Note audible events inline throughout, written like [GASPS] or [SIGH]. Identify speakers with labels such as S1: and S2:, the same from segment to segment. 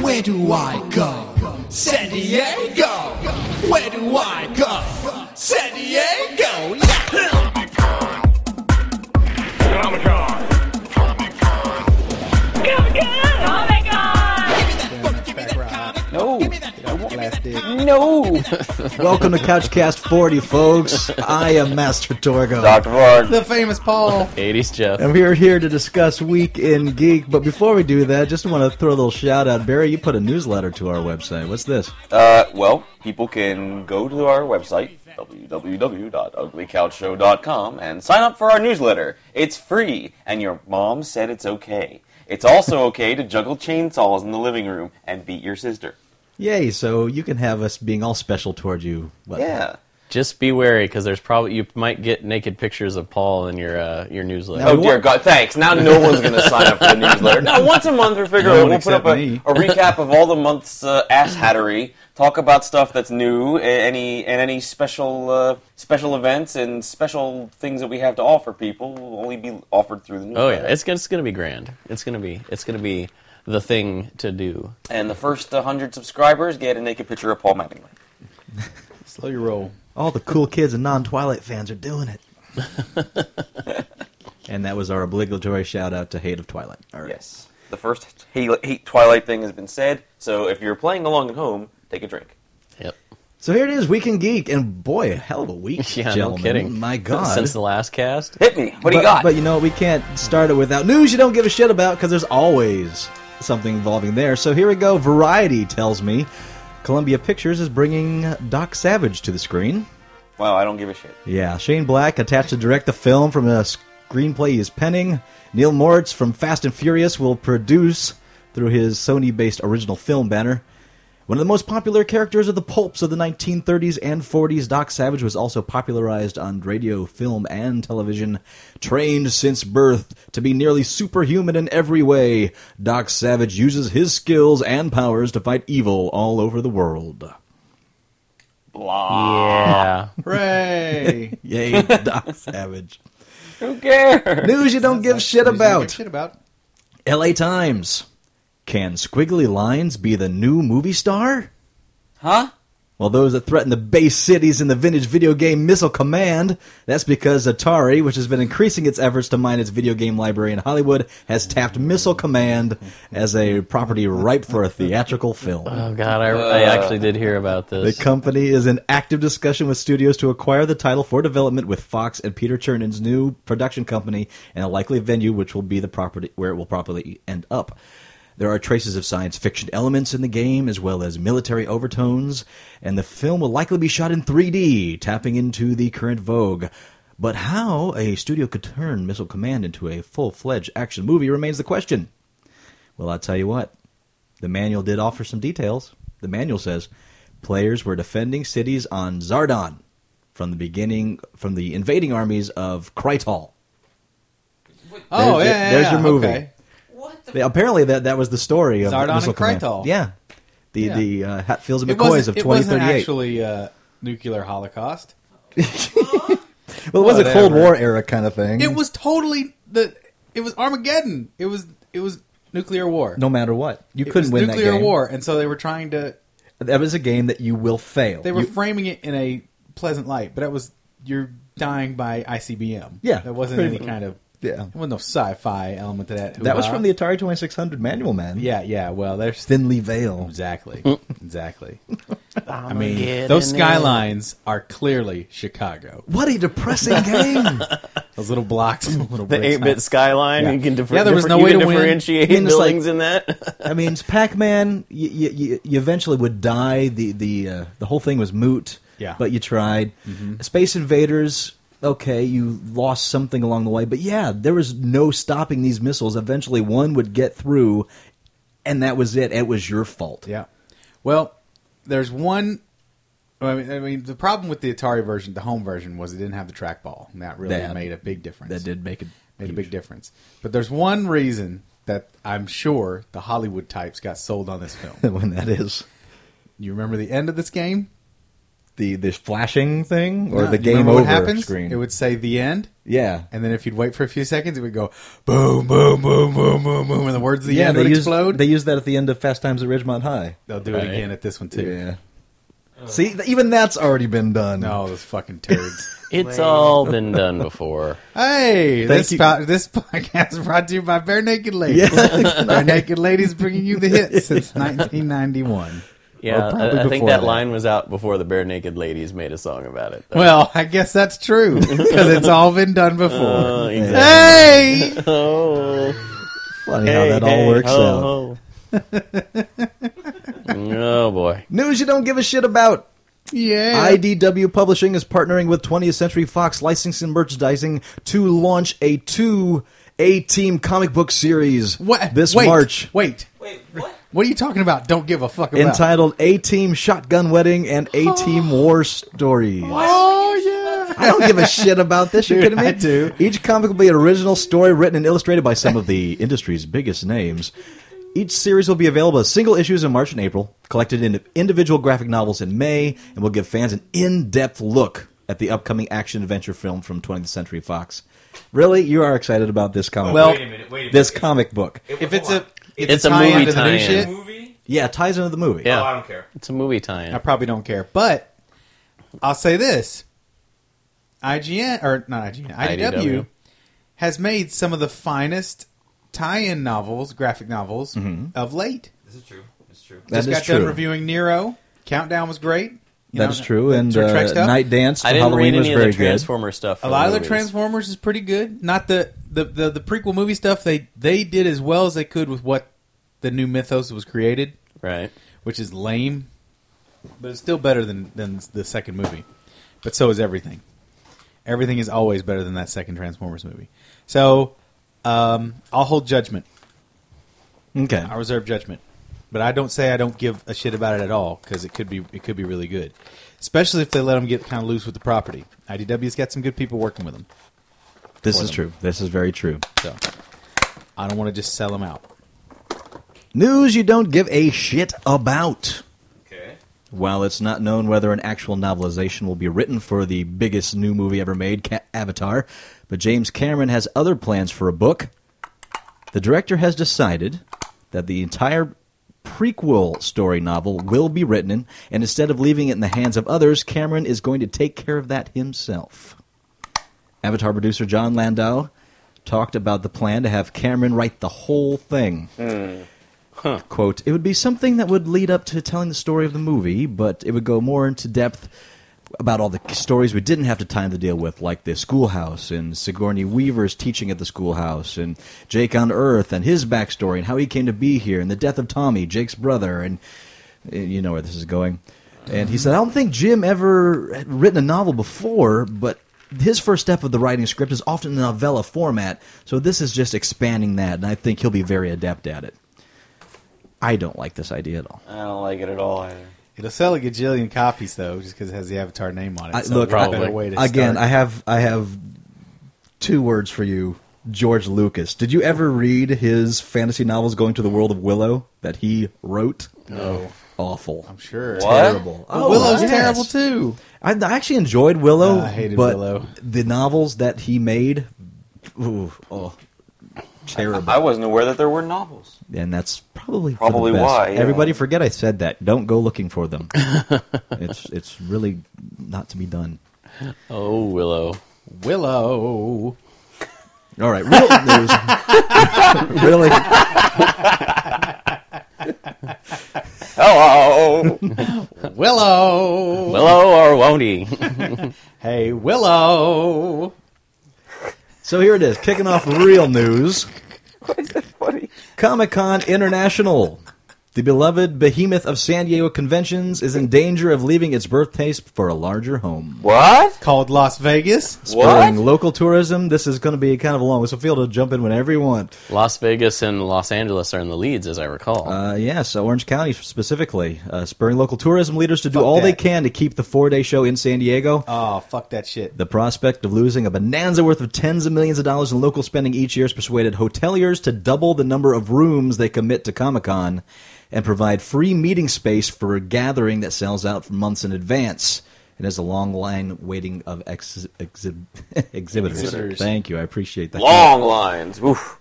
S1: Where do I go? San Diego. Where do I go? San Diego. Yeah.
S2: Comic Con.
S1: Give me that book. Give me that comic.
S3: No.
S1: Give me that book. Give me that comic.
S3: No.
S4: Welcome to Couchcast 40, folks. I am Master Torgo.
S5: Dr. Varg.
S6: The famous Paul.
S3: 80s Jeff.
S4: And we are here to discuss Week in Geek. But before we do that, just want to throw a little shout out. Barry, you put a newsletter to our website. What's this?
S5: Uh, well, people can go to our website, www.uglycouchshow.com, and sign up for our newsletter. It's free, and your mom said it's okay. It's also okay to juggle chainsaws in the living room and beat your sister.
S4: Yay, so you can have us being all special toward you. What-
S5: Yeah.
S3: Just be wary because there's probably you might get naked pictures of Paul in your uh, your newsletter.
S4: No.
S5: Oh dear God! Thanks. Now [LAUGHS] no one's going to sign up for the newsletter. Now once a month, we figure
S4: No
S5: out
S4: one
S5: we'll put up
S4: except
S5: a,
S4: me.
S5: a recap of all the month's uh, ass hattery. Talk about stuff that's new, a- any and any special uh, special events and special things that we have to offer people will only be offered through the
S3: Oh
S5: newsletter.
S3: yeah, it's gonna- it's gonna be grand. It's gonna be it's gonna be the thing to do.
S5: and the first uh, hundred subscribers get a naked picture of Paul Mattingly.
S6: Slow your roll.
S4: All the cool kids and non Twilight fans are doing it.
S3: [LAUGHS]
S4: and that was our obligatory shout out to Hate of Twilight. All right.
S5: Yes, the first hate, hate Twilight thing has been said. So if you're playing along at home, take a drink.
S3: Yep.
S4: So here it is, Week in Geek. And boy, a hell of a week.
S3: [LAUGHS] Yeah,
S4: gentlemen.
S3: no kidding.
S4: My God.
S3: Since the last
S6: [LAUGHS]
S3: cast,
S5: Hit me. What do
S4: but,
S5: you got?
S4: But you know, we can't start it without news you don't give a shit about because there's always something involving there. So here we go. Variety tells me Columbia Pictures is bringing Doc Savage to the screen.
S5: wow, I don't give a shit.
S4: Yeah, Shane Black attached to direct the film from a screenplay he is penning. Neil Moritz from Fast and Furious will produce through his Sony based original film banner. One of the most popular characters of the pulps of the 1930s and 40s, Doc Savage was also popularized on radio, film, and television. Trained since birth to be nearly superhuman in every way, Doc Savage uses his skills and powers to fight evil all over the world.
S5: Blah.
S3: yeah,
S6: Hooray.
S5: [LAUGHS]
S4: Yay, Doc Savage.
S5: Who cares?
S4: News you don't give shit
S6: News you don't give
S4: about.
S6: Shit about.
S4: LA Times. Can Squiggly Lines be the new movie star?
S5: Huh?
S4: Well, those that threaten the Bay Cities in the vintage video game Missile Command, that's because Atari, which has been increasing its efforts to mine its video game library in Hollywood, has tapped Missile Command as a property ripe for a theatrical film.
S6: Uh,
S3: Oh god, I, I actually did hear about
S4: The
S3: this.
S4: company is in active discussion with studios to acquire the title for development with Fox and Peter Chernin's new production company and a likely venue which will be the property where it will probably end up. There are traces of science fiction elements in the game as well as military overtones, and the film will likely be shot in 3D, tapping into the current vogue. But how a studio could turn Missile Command into a full-fledged action movie remains the question. Well, I'll tell you what. The manual did offer some details. The manual says players were defending cities on Zardon from the beginning, from the invading armies of Krytal.
S6: Oh,
S4: There's-
S6: yeah, yeah.
S4: there's
S6: yeah,
S4: your movie.
S6: okay.
S4: They- apparently, that that was the story of
S6: Zardon
S4: Missile
S6: and
S4: Command.
S6: Krytal.
S4: Yeah, the
S6: Yeah.
S4: the uh, Hatfields and
S6: It
S4: McCoys
S6: wasn't,
S4: of
S6: it wasn't
S4: 2038.
S6: actually uh, nuclear holocaust.
S4: well, it was a Cold
S6: whatever.
S4: War era kind of thing.
S6: It was totally the. It was Armageddon. It was it was nuclear war.
S4: no matter what, you
S6: it
S4: couldn't
S6: was
S4: win
S6: nuclear
S4: that game.
S6: war, and so they were trying to.
S4: That was a game that you will fail.
S6: They were
S4: You-
S6: framing it in a pleasant light, but that was you're dying by ICBM.
S4: Yeah,
S6: that wasn't
S4: pretty
S6: any
S4: much.
S6: kind of.
S4: yeah.
S6: There was no sci-fi element to that.
S4: That was
S6: hoorah.
S4: from the Atari 2600 manual, man.
S6: Yeah, yeah. Well, there's
S4: Thinly Veil.
S6: exactly,
S4: [LAUGHS]
S6: exactly. I mean, those skylines are clearly Chicago.
S4: What a depressing [LAUGHS] game!
S6: Those little blocks,
S4: [LAUGHS]
S6: and little
S3: The
S6: bricks.
S3: eight bit skyline.
S4: Yeah.
S3: You can differ-
S6: Yeah, there was
S3: differ-
S6: no
S3: you
S6: way
S3: can
S6: to win.
S3: differentiate
S4: I mean, it's like-
S3: buildings in
S6: [LAUGHS]
S3: that.
S4: I mean, it's Pac-Man. You, you, you- you eventually would die. The the uh, the whole thing was moot.
S6: Yeah. Mm-hmm.
S4: But you tried. Space Invaders. Okay, you lost something along the way, but yeah, there was no stopping these missiles. Eventually, one would get through, and that was it. It was your fault.
S6: Yeah. Well, there's one. I mean, I mean, the problem with the Atari version, the home version, was it didn't have the trackball, and that really
S4: That-
S6: made a big difference.
S4: That did make it.
S6: made
S4: [LAUGHS]
S6: a big difference. But there's one reason that I'm sure
S4: [LAUGHS]
S6: the Hollywood types got sold on this film.
S4: when that is.
S6: you remember the end of this game?
S4: the the flashing thing or
S6: No,
S4: the
S6: you
S4: game
S6: remember
S4: over
S6: what happens?
S4: screen.
S6: It would say the end,
S4: yeah.
S6: and then if you'd wait for a few seconds, it would go boom, boom, boom, boom, boom, boom, and the words the
S4: yeah,
S6: end
S4: they
S6: would
S4: use
S6: explode.
S4: they use that at the end of Fast Times at Ridgemont High.
S6: They'll do
S3: Right.
S6: it again at this one too.
S4: Yeah. See, th- even that's already been done.
S6: No, those fucking
S4: [LAUGHS]
S6: turds.
S3: It's all been done
S6: [LAUGHS]
S3: before.
S6: Hey, this,
S4: you.
S6: po- this [LAUGHS] podcast is brought to you by Bare Naked Ladies. [LAUGHS] Bare Naked Ladies bringing you the
S4: [LAUGHS]
S6: hits since 1991.
S3: Yeah,
S6: Or
S3: I,
S6: probably
S3: I think
S6: before
S3: that,
S6: that.
S3: line was out before the Bare Naked Ladies made a song about it. though.
S6: Well, I guess that's true
S4: [LAUGHS]
S6: because it's all been done
S3: Uh,
S6: before.
S3: exactly.
S6: hey,
S3: Oh,
S4: Funny
S3: hey,
S4: how that
S3: hey,
S4: all works out.
S3: ho, ho. oh boy.
S4: News you don't give a shit about.
S6: yeah,
S4: IDW Publishing is partnering with 20th Century Fox Licensing and Merchandising to launch a two A Team comic book series
S6: What?
S4: this
S6: Wait,
S4: March.
S6: Wait,
S5: Wait, what?
S6: what are you talking about? Don't give a fuck about.
S4: Entitled A Team Shotgun Wedding and A
S3: [GASPS]
S4: Team War Stories.
S6: oh yeah,
S4: I don't
S6: [LAUGHS]
S4: give a shit about this. You
S6: Dude,
S4: kidding me?
S6: I do.
S4: Each comic will be an original story written and illustrated by some of the [LAUGHS] industry's biggest names. Each series will be available as single issues in March and April, collected in individual graphic novels in May, and will give fans an in-depth look at the upcoming action adventure film from 20th Century Fox. Really, you are excited about this comic?
S6: Well,
S4: book.
S6: wait a
S2: minute, wait a minute.
S4: this comic book,
S6: if it's a it's,
S3: It's a
S6: tie-in
S3: movie
S6: to the new
S3: tie-in.
S6: shit,
S2: movie,
S4: yeah, it ties into the movie.
S3: Yeah.
S2: oh, I don't care.
S3: It's a movie tie-in.
S6: I probably don't care. But I'll say this: IGN or not IGN, IDW,
S3: IDW.
S6: has made some of the finest tie-in novels, graphic novels of late.
S2: This is true. It's true.
S4: Mm-hmm. That
S6: Just
S4: is
S6: got
S4: true.
S6: done reviewing Nero. Countdown was great. You
S4: That
S6: know,
S4: is true.
S6: the
S4: And
S6: Star Trek
S4: uh,
S6: stuff.
S4: Night Dance for
S3: I didn't
S4: Halloween
S3: read
S4: was
S3: any of
S4: very
S3: the
S4: good.
S3: Transformer stuff.
S6: A
S3: from
S6: lot of the
S3: movies.
S6: Transformers is pretty good. Not the the, the the prequel movie stuff. They they did as well as they could with what the new mythos was created.
S3: Right.
S6: which is lame, but it's still better than than the second movie. But so is everything. Everything is always better than that second Transformers movie. So um, I'll hold judgment.
S4: Okay.
S6: I reserve judgment, but I don't say I don't give a shit about it at all because it could be it could be really good, especially if they let them get kind of loose with the property. IDW's got some good people working with them,
S4: This is true. This is very true.
S6: so I don't want to just sell them out.
S4: News you don't give a shit about.
S2: Okay.
S4: While it's not known whether an actual novelization will be written for the biggest new movie ever made, Ca- Avatar, but James Cameron has other plans for a book. The director has decided that the entire prequel story novel will be written, in, and instead of leaving it in the hands of others, Cameron is going to take care of that himself. Avatar producer John Landau talked about the plan to have Cameron write the whole thing quote it would be something that would lead up to telling the story of the movie but it would go more into depth about all the k- stories we didn't have the time to deal with like the schoolhouse and sigourney weaver's teaching at the schoolhouse and jake on earth and his backstory and how he came to be here and the death of tommy jake's brother and uh, you know where this is going and he said i don't think jim ever had written a novel before but his first step of the writing script is often in novella format so this is just expanding that and i think he'll be very adept at it I don't like this idea at all.
S5: I don't like it at all either.
S6: It'll sell a gajillion copies though, just because it has the Avatar name on it.
S4: I,
S6: so
S4: look,
S6: what
S3: probably.
S6: better way to
S4: again,
S6: start?
S4: I have I have two words for you, George Lucas. Did you ever read his fantasy novels going to the world of Willow that he wrote? No. Awful.
S6: Oh, I'm sure.
S5: What?
S4: Terrible. Oh,
S6: Willow's
S4: yes.
S6: terrible too.
S4: I, I actually enjoyed Willow.
S6: Uh, I hated
S4: but
S6: Willow.
S4: The novels that he made, ooh, oh, terrible.
S5: I wasn't aware that there were novels.
S4: and that's probably for the
S5: Probably
S4: best.
S5: why, yeah.
S4: Everybody forget I said that. Don't go looking for them. it's it's really not to be done.
S3: Oh, Willow.
S6: Willow.
S4: All right, real [LAUGHS] news. really,
S5: Oh, Hello.
S6: Willow.
S3: Willow or won't he?
S6: Hey, Willow.
S4: so here it is, kicking off real news. Comic Con International, the beloved behemoth of San Diego conventions, is in danger of leaving its birthplace for a larger home.
S5: what?
S6: Called Las Vegas.
S5: What?
S4: Spurring local tourism, this is going to be kind of a long. So feel to jump in whenever you want.
S3: Las Vegas and Los Angeles are in the leads, as I recall.
S4: Uh, yes, Orange County specifically, uh, spurring local tourism leaders to do
S6: Fuck
S4: all they
S6: that.
S4: can to keep the four-day show in San Diego.
S6: Oh, fuck that shit.
S4: The prospect of losing a bonanza worth of tens of millions of dollars in local spending each year has persuaded hoteliers to double the number of rooms they commit to Comic Con and provide free meeting space for a gathering that sells out for months in advance. and has a long line waiting of ex- exhib- [LAUGHS] exhibitors.
S6: Exhibitors.
S4: Thank you. I appreciate
S5: [LAUGHS]
S4: that.
S5: Long lines. Oof.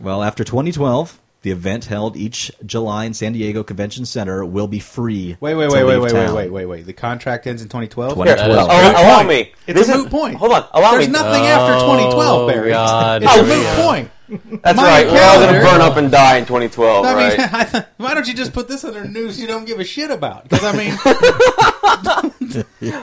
S4: Well, after 2012, the event held each July in San Diego Convention Center will be free.
S6: Wait, wait,
S4: to
S6: wait, wait,
S4: leave
S6: wait, wait,
S4: town.
S6: wait, wait, wait. The contract ends in 2012.
S4: Twenty-
S5: Here,
S4: That is
S5: al-
S4: a
S5: allow,
S4: moot
S6: point.
S5: me. Uh,
S6: It's a moot point.
S5: Hold on. Allow
S6: There's
S5: me.
S6: nothing after 2012, Barry.
S3: God.
S6: It's
S3: Oh,
S6: a moot
S3: yeah.
S6: point.
S5: That's
S6: my
S5: right. We're all going to
S6: calendar.
S5: burn up and die in 2012,
S6: I mean,
S5: right?
S6: [LAUGHS] I th- why don't you just put this under news you don't give a shit about? Because I mean,
S5: No,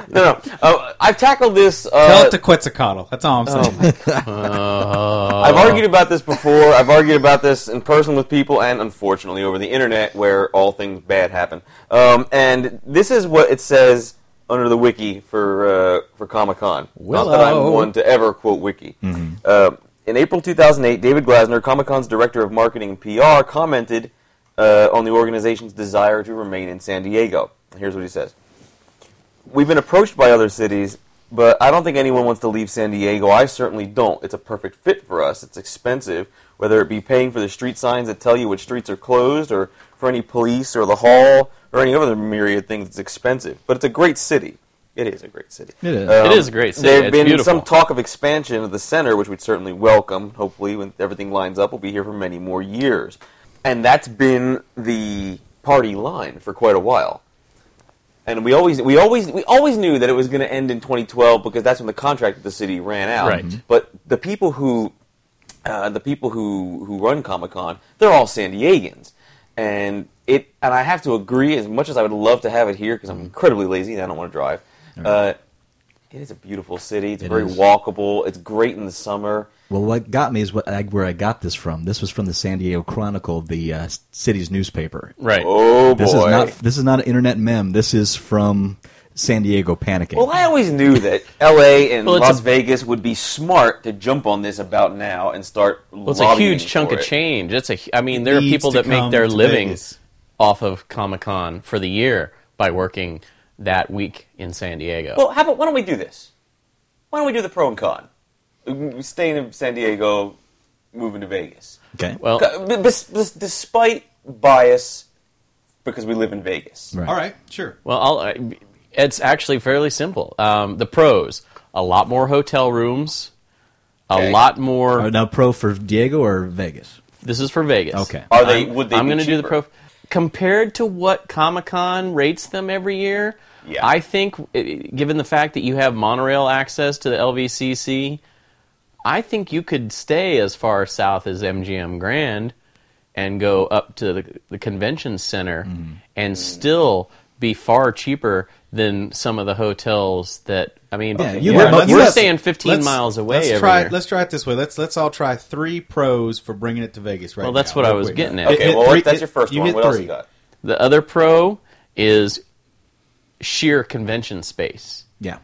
S5: no. Uh, I've tackled this. Uh,
S6: tell it to Quetzalcoatl. That's all I'm saying.
S3: Uh,
S5: I've argued about this before. I've argued about this in person with people, and unfortunately over the internet, where all things bad happen. Um, and this is what it says under the wiki for uh, for Comic Con. Not that I'm
S6: Willow.
S5: one to ever quote wiki. Uh, in April 2008, David Glasner, Comic Con's director of marketing and PR, commented uh, on the organization's desire to remain in San Diego. Here's what he says we've been approached by other cities, but I don't think anyone wants to leave San Diego. I certainly don't. It's a perfect fit for us. It's expensive, whether it be paying for the street signs that tell you which streets are closed, or for any police, or the hall, or any other myriad things. It's expensive, but it's a great city. It is a great city.
S4: It is.
S3: It is a great city.
S5: There's
S3: It's
S5: been
S3: beautiful.
S5: some talk of expansion of the center, which we'd certainly welcome. Hopefully, when everything lines up, we'll be here for many more years. And that's been the party line for quite a while. And we always, we always, we always knew that it was going to end in 2012 because that's when the contract with the city ran out.
S3: Right. Mhm.
S5: But the people who, uh, the people who who run Comic Con, they're all San Diegans, and it. And I have to agree. As much as I would love to have it here because I'm
S3: Mm-hmm.
S5: incredibly lazy and I don't want to drive. Uh, it is a beautiful city. It's
S4: It
S5: very
S4: is.
S5: walkable. It's great in the summer.
S4: Well, what got me is what I, where I got this from. This was from the San Diego Chronicle, the uh, city's newspaper.
S3: Right.
S5: Oh boy!
S4: This is not this is not an internet meme. This is from San Diego panicking.
S5: well, I always knew that [LAUGHS] L.A. and
S3: Well, it's
S5: Las
S3: a-
S5: Vegas would be smart to jump on this about now and start.
S3: Well, it's a huge chunk of change. It's a. hu- I mean, there are people that make their living off of Comic Con for the year by working that week in San Diego.
S5: Well, how about why don't we do this? Why don't we do the pro and con? Mm, Staying in San Diego, moving to Vegas.
S4: okay.
S3: Well,
S5: Uh, b- bes- bes- Despite bias, because we live in Vegas.
S4: Right.
S6: All right, sure.
S3: Well, I'll, I- it's actually fairly simple. Um, the pros: a lot more hotel rooms, a
S5: Okay.
S3: lot more.
S4: Are now pro for Diego or Vegas?
S3: this is for Vegas.
S4: Okay.
S5: Are they?
S3: I'm,
S5: would they?
S3: I'm
S5: be
S3: gonna do the
S5: cheaper?
S3: pro. Compared to what Comic Con rates them every year,
S5: Yeah.
S3: I think, i- i- given the fact that you have monorail access to the LVCC, I think you could stay as far south as MGM Grand and go up to the, the convention center
S6: Mm-hmm.
S3: and still be far cheaper than some of the hotels that I mean
S4: Yeah, you
S3: we're,
S4: live up-
S3: we're
S4: you live-
S3: staying 15
S6: Let's-
S3: miles away
S6: Let's
S3: every
S6: try.
S3: year.
S6: Let's try it this way. Let's let's all try three pros for bringing it to Vegas right
S3: Well, that's
S6: now,
S3: what I
S6: real
S3: was
S6: quick.
S3: getting at.
S6: Hit-
S5: Okay,
S6: hit
S5: well,
S6: three-
S5: that's your first
S6: you
S5: one.
S6: hit
S5: What else
S6: three.
S5: you got?
S3: The other pro is sheer convention space.
S4: Yeah.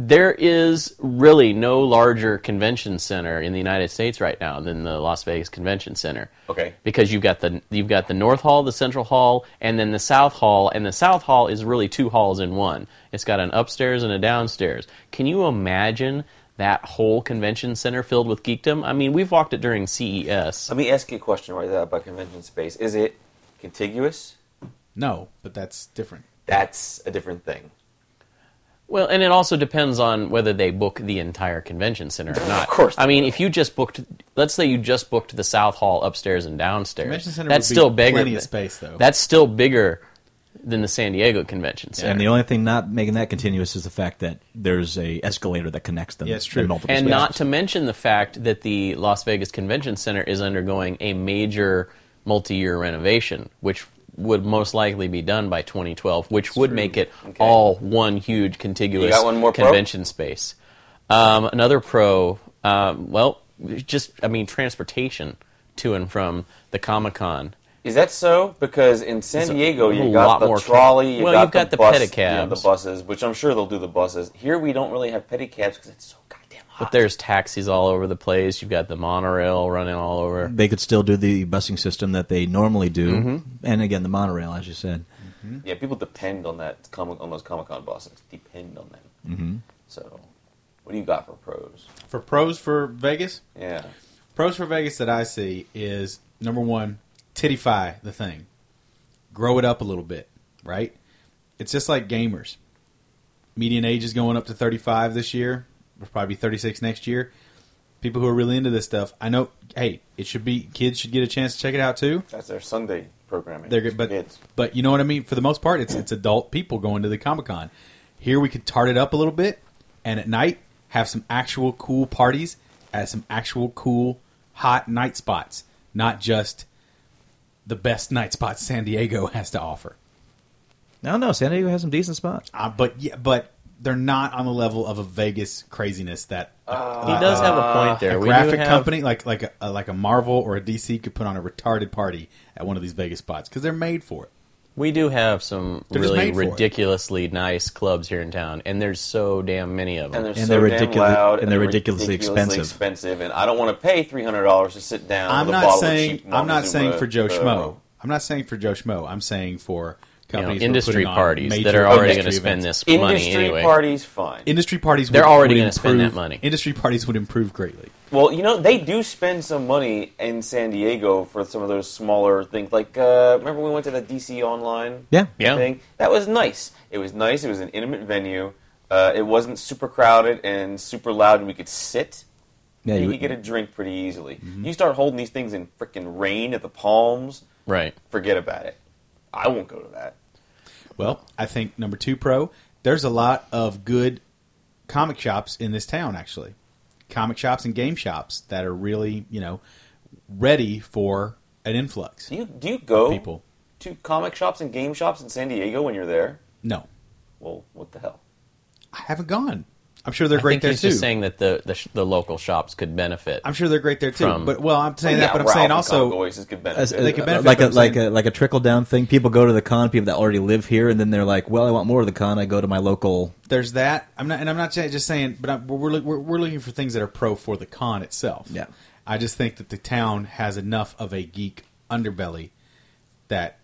S3: There is really no larger convention center in the United States right now than the Las Vegas Convention Center.
S5: Okay.
S3: Because you've got the you've got the North Hall, the Central Hall, and then the South Hall, and the South Hall is really two halls in one. It's got an upstairs and a downstairs. Can you imagine that whole convention center filled with geekdom? I mean, we've walked it during E CES.
S5: Let me ask you a question right there about convention space. Is it contiguous?
S6: No, but that's different.
S5: That's a different thing.
S3: Well, and it also depends on whether they book the entire convention center or not.
S5: Of course they
S3: I mean, if you just booked, let's say you just booked the South Hall upstairs and downstairs.
S6: Convention center
S3: that's
S6: would be
S3: still bigger.
S6: plenty of
S3: th-
S6: space, though.
S3: That's still bigger than the San Diego Convention Center.
S4: And the only thing not making that continuous is the fact that there's a escalator that connects them.
S6: Yeah, it's true.
S4: in multiple
S3: And
S4: spaces.
S3: not to mention the fact that the Las Vegas Convention Center is undergoing a major multi-year renovation, which would most likely be done by 2012, which would make it all one huge contiguous
S5: You got one more pro?
S3: convention space. Um, another pro, um, well, just I mean transportation to and from the Comic Con.
S5: Is that so? Because in San
S3: It's a
S5: Diego, you
S3: whole
S5: got
S3: lot
S5: the
S3: more-
S5: trolley, you
S3: Well,
S5: got
S3: you've got
S5: the
S3: the
S5: bus,
S3: pedicabs.
S5: you know, the buses, which I'm sure they'll do the buses. Here, we don't really have pedicabs because it's so goddamn hot.
S3: But there's taxis all over the place. You've got the monorail running all over.
S4: they could still do the busing system that they normally do, and again the monorail, as you said.
S5: yeah, people depend on that comic on those Comic Con buses. Depend on them. Mm-hmm. So, what do you got for pros?
S6: For pros for Vegas,
S5: Yeah,
S6: pros for Vegas that I see is number one, tittify the thing, grow it up a little bit, right? It's just like gamers. Median age is going up to 35 this year. It'll probably be 36 next year. People who are really into this stuff, I know. Hey, it should be kids should get a chance to check it out too.
S5: That's their Sunday programming.
S6: They're good, but
S5: Kids.
S6: but you know what I mean. For the most part, it's it's adult people going to the Comic Con. Here we could tart it up a little bit, and at night have some actual cool parties at some actual cool hot night spots, not just the best night spots San Diego [LAUGHS] has to offer.
S4: No, no, San Diego has some decent spots.
S6: Uh, but yeah, but they're not on the level of a Vegas craziness that a-
S3: He does have a point there.
S6: a
S3: We do
S6: graphic
S3: have-
S6: company like like a, a- like a Marvel or a DC could put on a retarded party at one of these Vegas spots because they're made for it.
S3: We do have some
S6: They're just
S3: really
S6: made for it.
S3: ridiculously nice clubs here in town, and there's so damn many of them.
S5: And they're,
S4: And
S5: so
S4: they're
S5: damn
S4: ridiculous-
S5: loud,
S4: and they're ridiculously expensive.
S5: expensive, and I don't want to pay three hundred dollars to sit down.
S6: I'm
S5: with a
S6: not
S5: bottle of
S6: saying
S5: cheap
S6: I'm not
S5: Montezuma,
S6: saying for Joe
S5: uh,
S6: Schmo. I'm not saying for Joe Schmo. I'm saying for
S3: you know,
S6: companies who are
S3: industry
S6: putting on
S3: parties that
S6: major
S3: are already going to
S6: industry
S3: spend
S6: events.
S3: this money
S5: Industry
S3: anyway.
S5: parties, fine.
S6: Industry parties.
S3: They're
S6: would-
S3: already
S6: would
S3: gonna spend that
S6: improve-
S3: money.
S6: Industry parties would improve greatly.
S5: well, you know they do spend some money in San Diego for some of those smaller things. Like uh, remember we went to the DC Online
S4: Yeah.
S3: Yeah.
S5: thing? That was nice. It was nice. It was an intimate venue. Uh, it wasn't super crowded and super loud, and we could sit.
S4: Yeah,
S5: you
S4: you, Mm-hmm.
S5: could get a drink pretty easily. You start holding these things in freaking rain at the Palms,
S3: Right.
S5: forget about it. I won't go to that.
S6: Well, I think number two pro. There's a lot of good comic shops in this town, actually, comic shops and game shops that are really you know ready for an influx.
S5: Do you do you go
S6: People,
S5: to comic shops and game shops in San Diego when you're there?
S6: no,
S5: Well, what the hell?
S6: I haven't gone. I'm sure they're
S3: I
S6: great
S3: think
S6: there
S3: he's
S6: too.
S3: just saying that the, the sh- the local shops could benefit.
S6: I'm sure they're great there too.
S3: From-
S6: but well, I'm saying that,
S5: Oh, Yeah,
S6: but I'm
S5: Ralph
S6: saying
S5: and
S6: also
S5: Convoys is good
S4: as,
S5: benefit.
S6: They could
S4: uh,
S6: benefit
S4: like a
S6: from
S4: like a
S6: saying-
S4: like a trickle down thing. People go to the con, people that already live here, and then they're like, "Well, I want more of the con. I go to my local."
S6: there's that. I'm not, and I'm not saying- just saying, but I'm, we're, look- we're we're looking for things that are pro for the con itself.
S4: Yeah.
S6: I just think that the town has enough of a geek underbelly that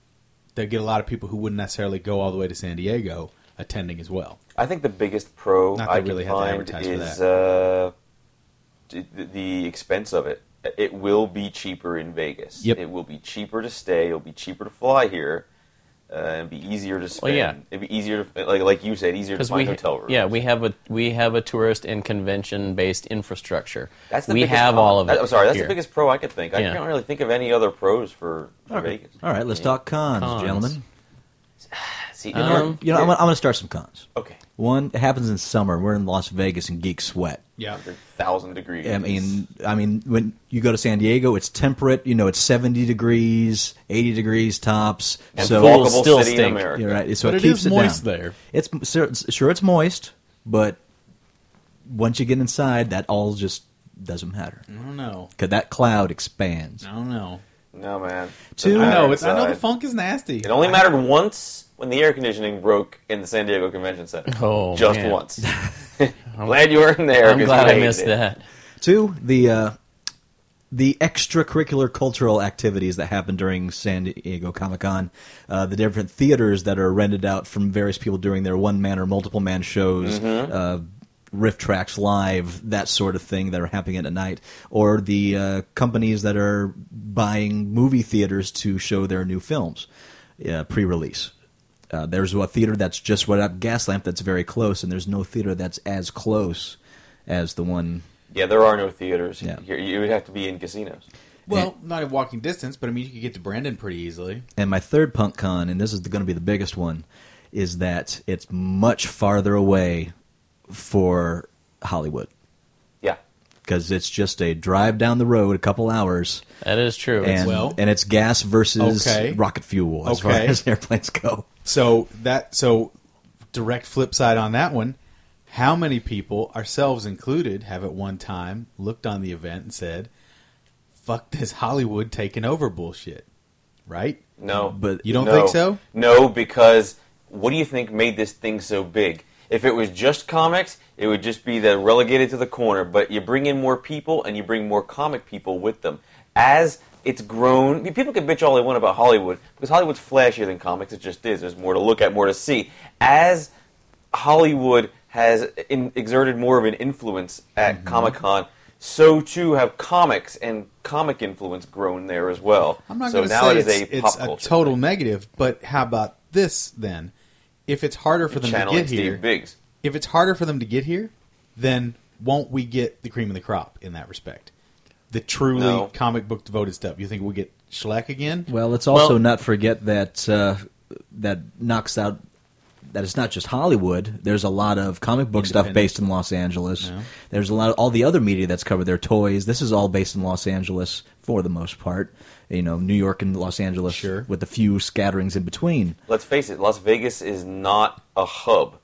S6: they get a lot of people who wouldn't necessarily go all the way to San Diego attending as well.
S5: I think the biggest pro
S6: Not that
S5: I
S6: I
S5: can
S6: really had to
S5: find
S6: advertise for
S5: is uh, d- the, the expense of it. It will be cheaper in Vegas.
S6: Yep.
S5: It will be cheaper to stay. It'll be cheaper to fly here. Uh, it'd be easier to spend.
S3: yeah.
S5: It'd be easier to uh, like like you said, easier to
S3: because
S5: find
S3: we
S5: hotel rooms.
S3: yeah we have a we have a tourist and convention based infrastructure.
S5: That's the
S3: we
S5: biggest
S3: have
S5: pro.
S3: all of it.
S5: I'm sorry, that's
S3: here.
S5: the biggest pro I could think. I
S3: Yeah.
S5: can't really think of any other pros for, for Vegas.
S4: All right, let's talk cons,
S3: Cons.
S4: gentlemen.
S5: See,
S3: Um,
S4: You know, I'm, gonna- I'm going to start some cons.
S5: okay,
S4: One it happens in summer. We're in Las Vegas and geek sweat.
S6: Yeah,
S5: thousand degrees.
S4: I mean, I mean, when you go to San Diego, it's temperate. You know, it's 70 degrees, 80 degrees tops.
S5: and
S4: so
S5: walkable
S3: still
S5: city in
S3: stink.
S5: America.
S4: You're right. So
S6: But
S4: it,
S6: it
S4: keeps
S6: is
S4: it
S6: moist
S4: down.
S6: there.
S4: It's sure, it's- sure it's moist, but once you get inside, that all just doesn't matter
S6: I don't know.
S4: because that cloud expands.
S6: I don't know.
S5: No man.
S4: Two-
S6: I
S4: I
S6: know. It's, I know the
S5: Inside.
S6: funk is nasty.
S5: It only mattered once when the air conditioning broke in the San Diego Convention Center.
S3: Oh,
S5: just
S3: man.
S5: once. [LAUGHS] glad you were in there.
S3: I'm
S5: 'cause
S3: glad
S5: you
S3: I
S5: hated
S3: missed
S5: it.
S3: that.
S4: Two, the uh, the extracurricular cultural activities that happen during San Diego Comic Con, uh, the different theaters that are rented out from various people doing their one man or multiple man shows. Uh, Riff tracks live, that sort of thing that are happening at night, or the uh, companies that are buying movie theaters to show their new films uh, pre release. Uh, there's a theater that's just right up Gaslamp that's very close, and there's no theater that's as close as the one
S5: Yeah, there are no theaters
S4: Yeah.
S5: here. You would have to be in casinos.
S6: Well, not in walking distance, but I mean, you could get to Brandon pretty easily.
S4: And my third punk con, and this is going to be the biggest one, is that it's much farther away for Hollywood
S5: Yeah,
S4: because it's just a drive down the road, a couple hours,
S3: That is true. It's-
S4: and
S6: well-
S4: and it's gas versus
S6: Okay.
S4: rocket fuel as far
S6: Okay.
S4: as [LAUGHS] airplanes go.
S6: So that so direct flip side on that one. How many people, ourselves included, have at one time looked on the event and said, "Fuck this Hollywood taking over bullshit," right?
S5: no.
S4: But
S6: You don't
S5: No.
S6: think so?
S5: No, because what do you think made this thing so big? If it was just comics, it would just be that relegated to the corner. But you bring in more people, and you bring more comic people with them. As it's grown, I mean, people can bitch all they want about Hollywood because Hollywood's flashier than comics. It just is. There's more to look at, more to see. As Hollywood has in, exerted more of an influence at
S6: Mm-hmm.
S5: Comic Con. So too have comics and comic influence grown there as well.
S6: I'm not
S5: so
S6: going to
S5: now
S6: say
S5: it is
S6: it's,
S5: a
S6: it's
S5: pop
S6: a
S5: culture
S6: total
S5: thing.
S6: negative, but how about this then? If it's harder for them to
S5: channeling
S6: get
S5: Steve
S6: here,
S5: Biggs.
S6: if it's harder for them to get here, then won't we get the cream of the crop in that respect? The truly
S5: No.
S6: comic book devoted stuff. You think we'll get Schleck again?
S4: Well, let's also
S3: Well-
S4: not forget that uh, that knocks out that it's not just Hollywood. There's a lot of comic book stuff
S6: Independent.
S4: based in Los Angeles. There's a lot of all the other media that's covered. Their toys. This is all based in Los Angeles for the most part. You know, New York and Los Angeles,
S6: Sure.
S4: with a few scatterings in between.
S5: Let's face it, Las Vegas is not a hub.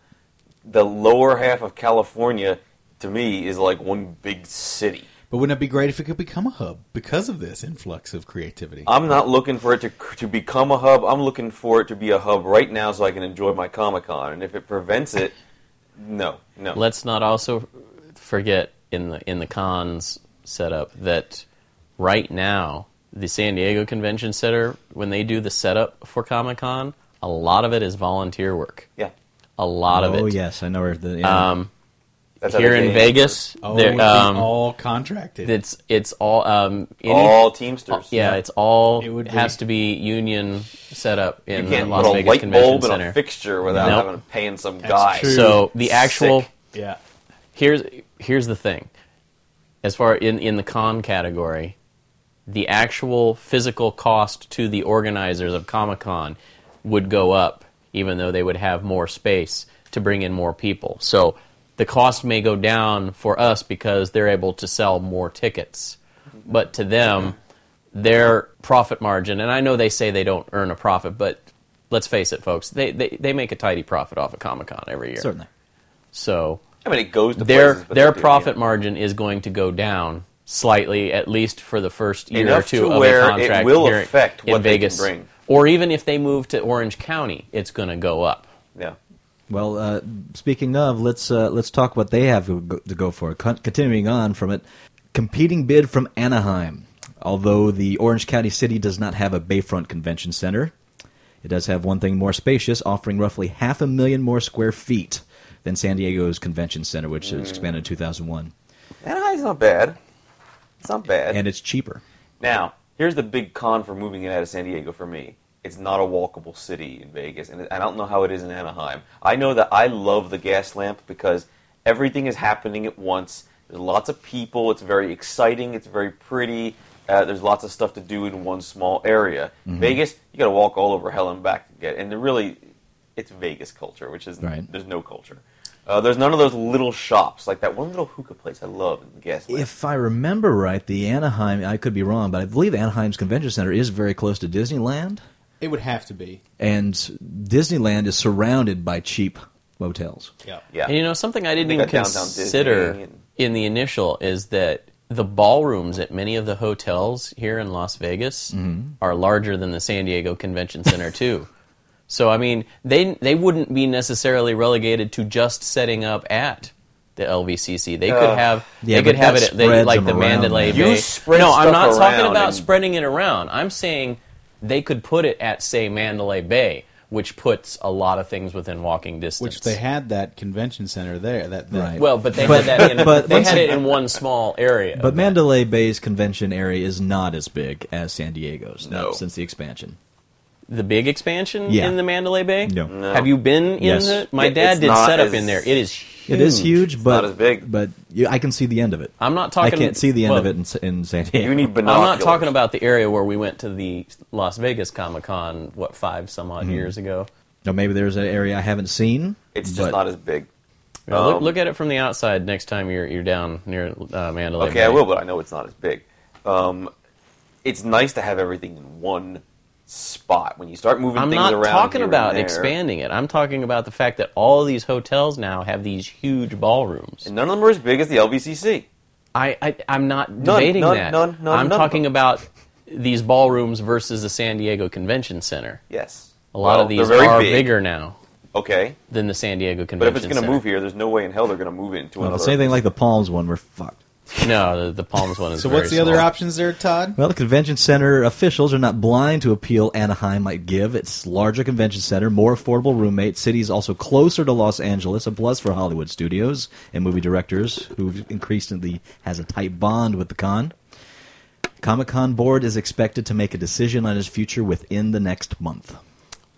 S5: The lower half of California, to me, is like one big city.
S6: But wouldn't it be great if it could become a hub because of this influx of creativity?
S3: Uh,
S5: I'm not looking for it to to become a hub. I'm looking for it to be a hub right now, so I can enjoy my Comic Con. And if it prevents it, [LAUGHS] no, no.
S3: Let's not also forget in the in the cons setup that right now the San Diego Convention Center when they do the setup for Comic Con, a lot of it is volunteer work.
S5: yeah,
S3: A lot of it.
S4: oh yes, I know where the yeah.
S3: Um,
S5: that's how
S3: here
S5: they
S3: in
S5: get
S3: Vegas,
S6: oh,
S3: there-
S6: it'd be
S3: um,
S6: all contracted.
S3: it's it's all um, any-
S5: all Teamsters.
S3: Oh, yeah, it's all
S6: It would be-
S3: has to be union setup
S5: you
S3: in the
S5: can't
S3: Las
S5: put a
S3: Vegas
S5: light
S3: Convention
S5: bulb
S3: Center.
S5: in a fixture without
S3: Nope.
S5: having to paying some
S6: That's
S5: guy.
S6: true.
S3: So the actual
S5: Sick.
S6: yeah.
S3: here's here's the thing. As far in in the con category, the actual physical cost to the organizers of Comic Con would go up, even though they would have more space to bring in more people. So the cost may go down for us because they're able to sell more tickets, but to them, their profit margin. And I know they say they don't earn a profit, but let's face it, folks, they they, they make a tidy profit off of Comic Con every year.
S4: certainly.
S3: So
S5: I mean, it goes to
S3: their
S5: places, but
S3: their
S5: they do,
S3: profit
S5: yeah.
S3: margin is going to go down slightly, at least for the first year
S5: Enough
S3: or two
S5: to
S3: of
S5: where
S3: a
S5: it
S3: contract
S5: will
S3: here
S5: affect
S3: in
S5: what they can
S3: Vegas.
S5: bring.
S3: Or even if they move to Orange County, it's going to go up.
S5: Yeah.
S4: Well, uh, speaking of, let's uh, let's talk what they have to go, to go for. Con- continuing on from it, competing bid from Anaheim. Although the Orange County city does not have a Bayfront Convention Center, it does have one thing more spacious, offering roughly half a million more square feet than San Diego's Convention Center, which was expanded in 2001,
S5: Anaheim's not bad. It's not bad.
S4: and it's cheaper.
S5: Now, here's the big con for moving it out of San Diego for me. It's not a walkable city in Vegas, and I don't know how it is in Anaheim. I know that I love the gas lamp because everything is happening at once. There's lots of people. It's very exciting. It's very pretty. Uh, there's lots of stuff to do in one small area.
S4: Mm-hmm.
S5: Vegas, you got to walk all over hell and back to get. And they're really, it's Vegas culture, which is
S4: Right.
S5: there's no culture. Uh, there's none of those little shops like that one little hookah place I love in the gas lamp.
S4: If I remember right, the Anaheim, I could be wrong, but I believe Anaheim's Convention Center is very close to Disneyland.
S6: It would have to be.
S4: and Disneyland is surrounded by cheap motels.
S6: Yeah.
S5: yeah,
S3: And you know something I didn't
S5: They
S3: even
S5: got Downtown Disney
S3: consider
S5: and-
S3: in the initial is that the ballrooms at many of the hotels here in Las Vegas
S5: Mm-hmm.
S3: are larger than the San Diego Convention
S5: [LAUGHS]
S3: Center too. So I mean, they they wouldn't be necessarily relegated to just setting up at the LVCC. They could
S5: Ugh.
S3: have
S4: Yeah,
S3: they could
S4: but
S3: have
S4: that
S3: it at they,
S4: spreads
S3: like the
S4: them around,
S3: Mandalay
S4: man.
S5: You
S3: Bay.
S5: spread
S3: no, I'm
S5: stuff
S3: not talking
S5: around
S3: about
S5: and-
S3: spreading it around. I'm saying they could put it at say Mandalay Bay, which puts a lot of things within walking distance.
S6: Which they had that convention center there. That, that
S4: Right.
S3: Well, but they
S4: But-
S3: had that in
S4: but
S3: they
S4: once
S3: had
S4: you-
S3: it in one small area.
S4: But Mandalay Bay's convention area is not as big as San Diego's
S5: No.
S4: not since the expansion.
S3: the big expansion
S4: Yeah.
S3: in the Mandalay Bay.
S4: No.
S5: No.
S3: Have you been in
S4: Yes.
S3: the? My
S5: It-
S3: dad
S5: it's
S3: did
S5: not
S3: setup
S5: as-
S3: in there. It is. Huge.
S4: It is huge, but
S5: not as big.
S4: But you, I can see the end of it.
S3: I'm not talking.
S4: I can't see the end
S3: well,
S4: of it in, S- in San Diego.
S5: you need
S3: I'm
S5: binoculars.
S3: not talking about the area where we went to the Las Vegas Comic Con. What five some
S4: Mm-hmm.
S3: odd years ago?
S4: now, maybe there's an area I haven't seen.
S5: It's just
S4: but-
S5: not as big.
S3: You know, look,
S5: Um,
S3: look at it from the outside next time you're you're down near uh, Mandalay.
S5: Okay,
S3: Bay.
S5: I will, but I know it's not as big. Um, it's nice to have everything in one spot. When you start moving
S3: I'm
S5: things
S3: not
S5: around,
S3: talking
S5: here and
S3: about
S5: there-
S3: expanding it. I'm talking about the fact that all these hotels now have these huge ballrooms.
S5: And none of them are as big as the LVCC.
S3: I, I I'm not debating
S5: none,
S3: that.
S5: none, none,
S3: I'm
S5: none of
S3: talking
S5: them.
S3: about these ballrooms versus the San Diego Convention Center.
S5: Yes,
S3: A lot
S5: Well,
S3: of these
S5: they're very
S3: are
S5: big.
S3: bigger now
S5: Okay,
S3: than the San Diego Convention.
S5: but if it's going
S3: going
S5: to move here, there's no way in hell they're going to move it into
S4: Well, if
S5: another.
S4: it's anything like the Palms one, we're fucked.
S3: no, the, the Palms
S6: [LAUGHS]
S3: one is.
S6: So
S3: very
S6: what's the other
S3: small.
S6: options there, Todd?
S4: Well, the convention center officials are not blind to appeal Anaheim might give. It's larger convention center, more affordable roommates. City's also closer to Los Angeles, a plus for Hollywood studios and movie directors, who increasingly has a tight bond with the con. Comic Con board is expected to make a decision on its future within the next month.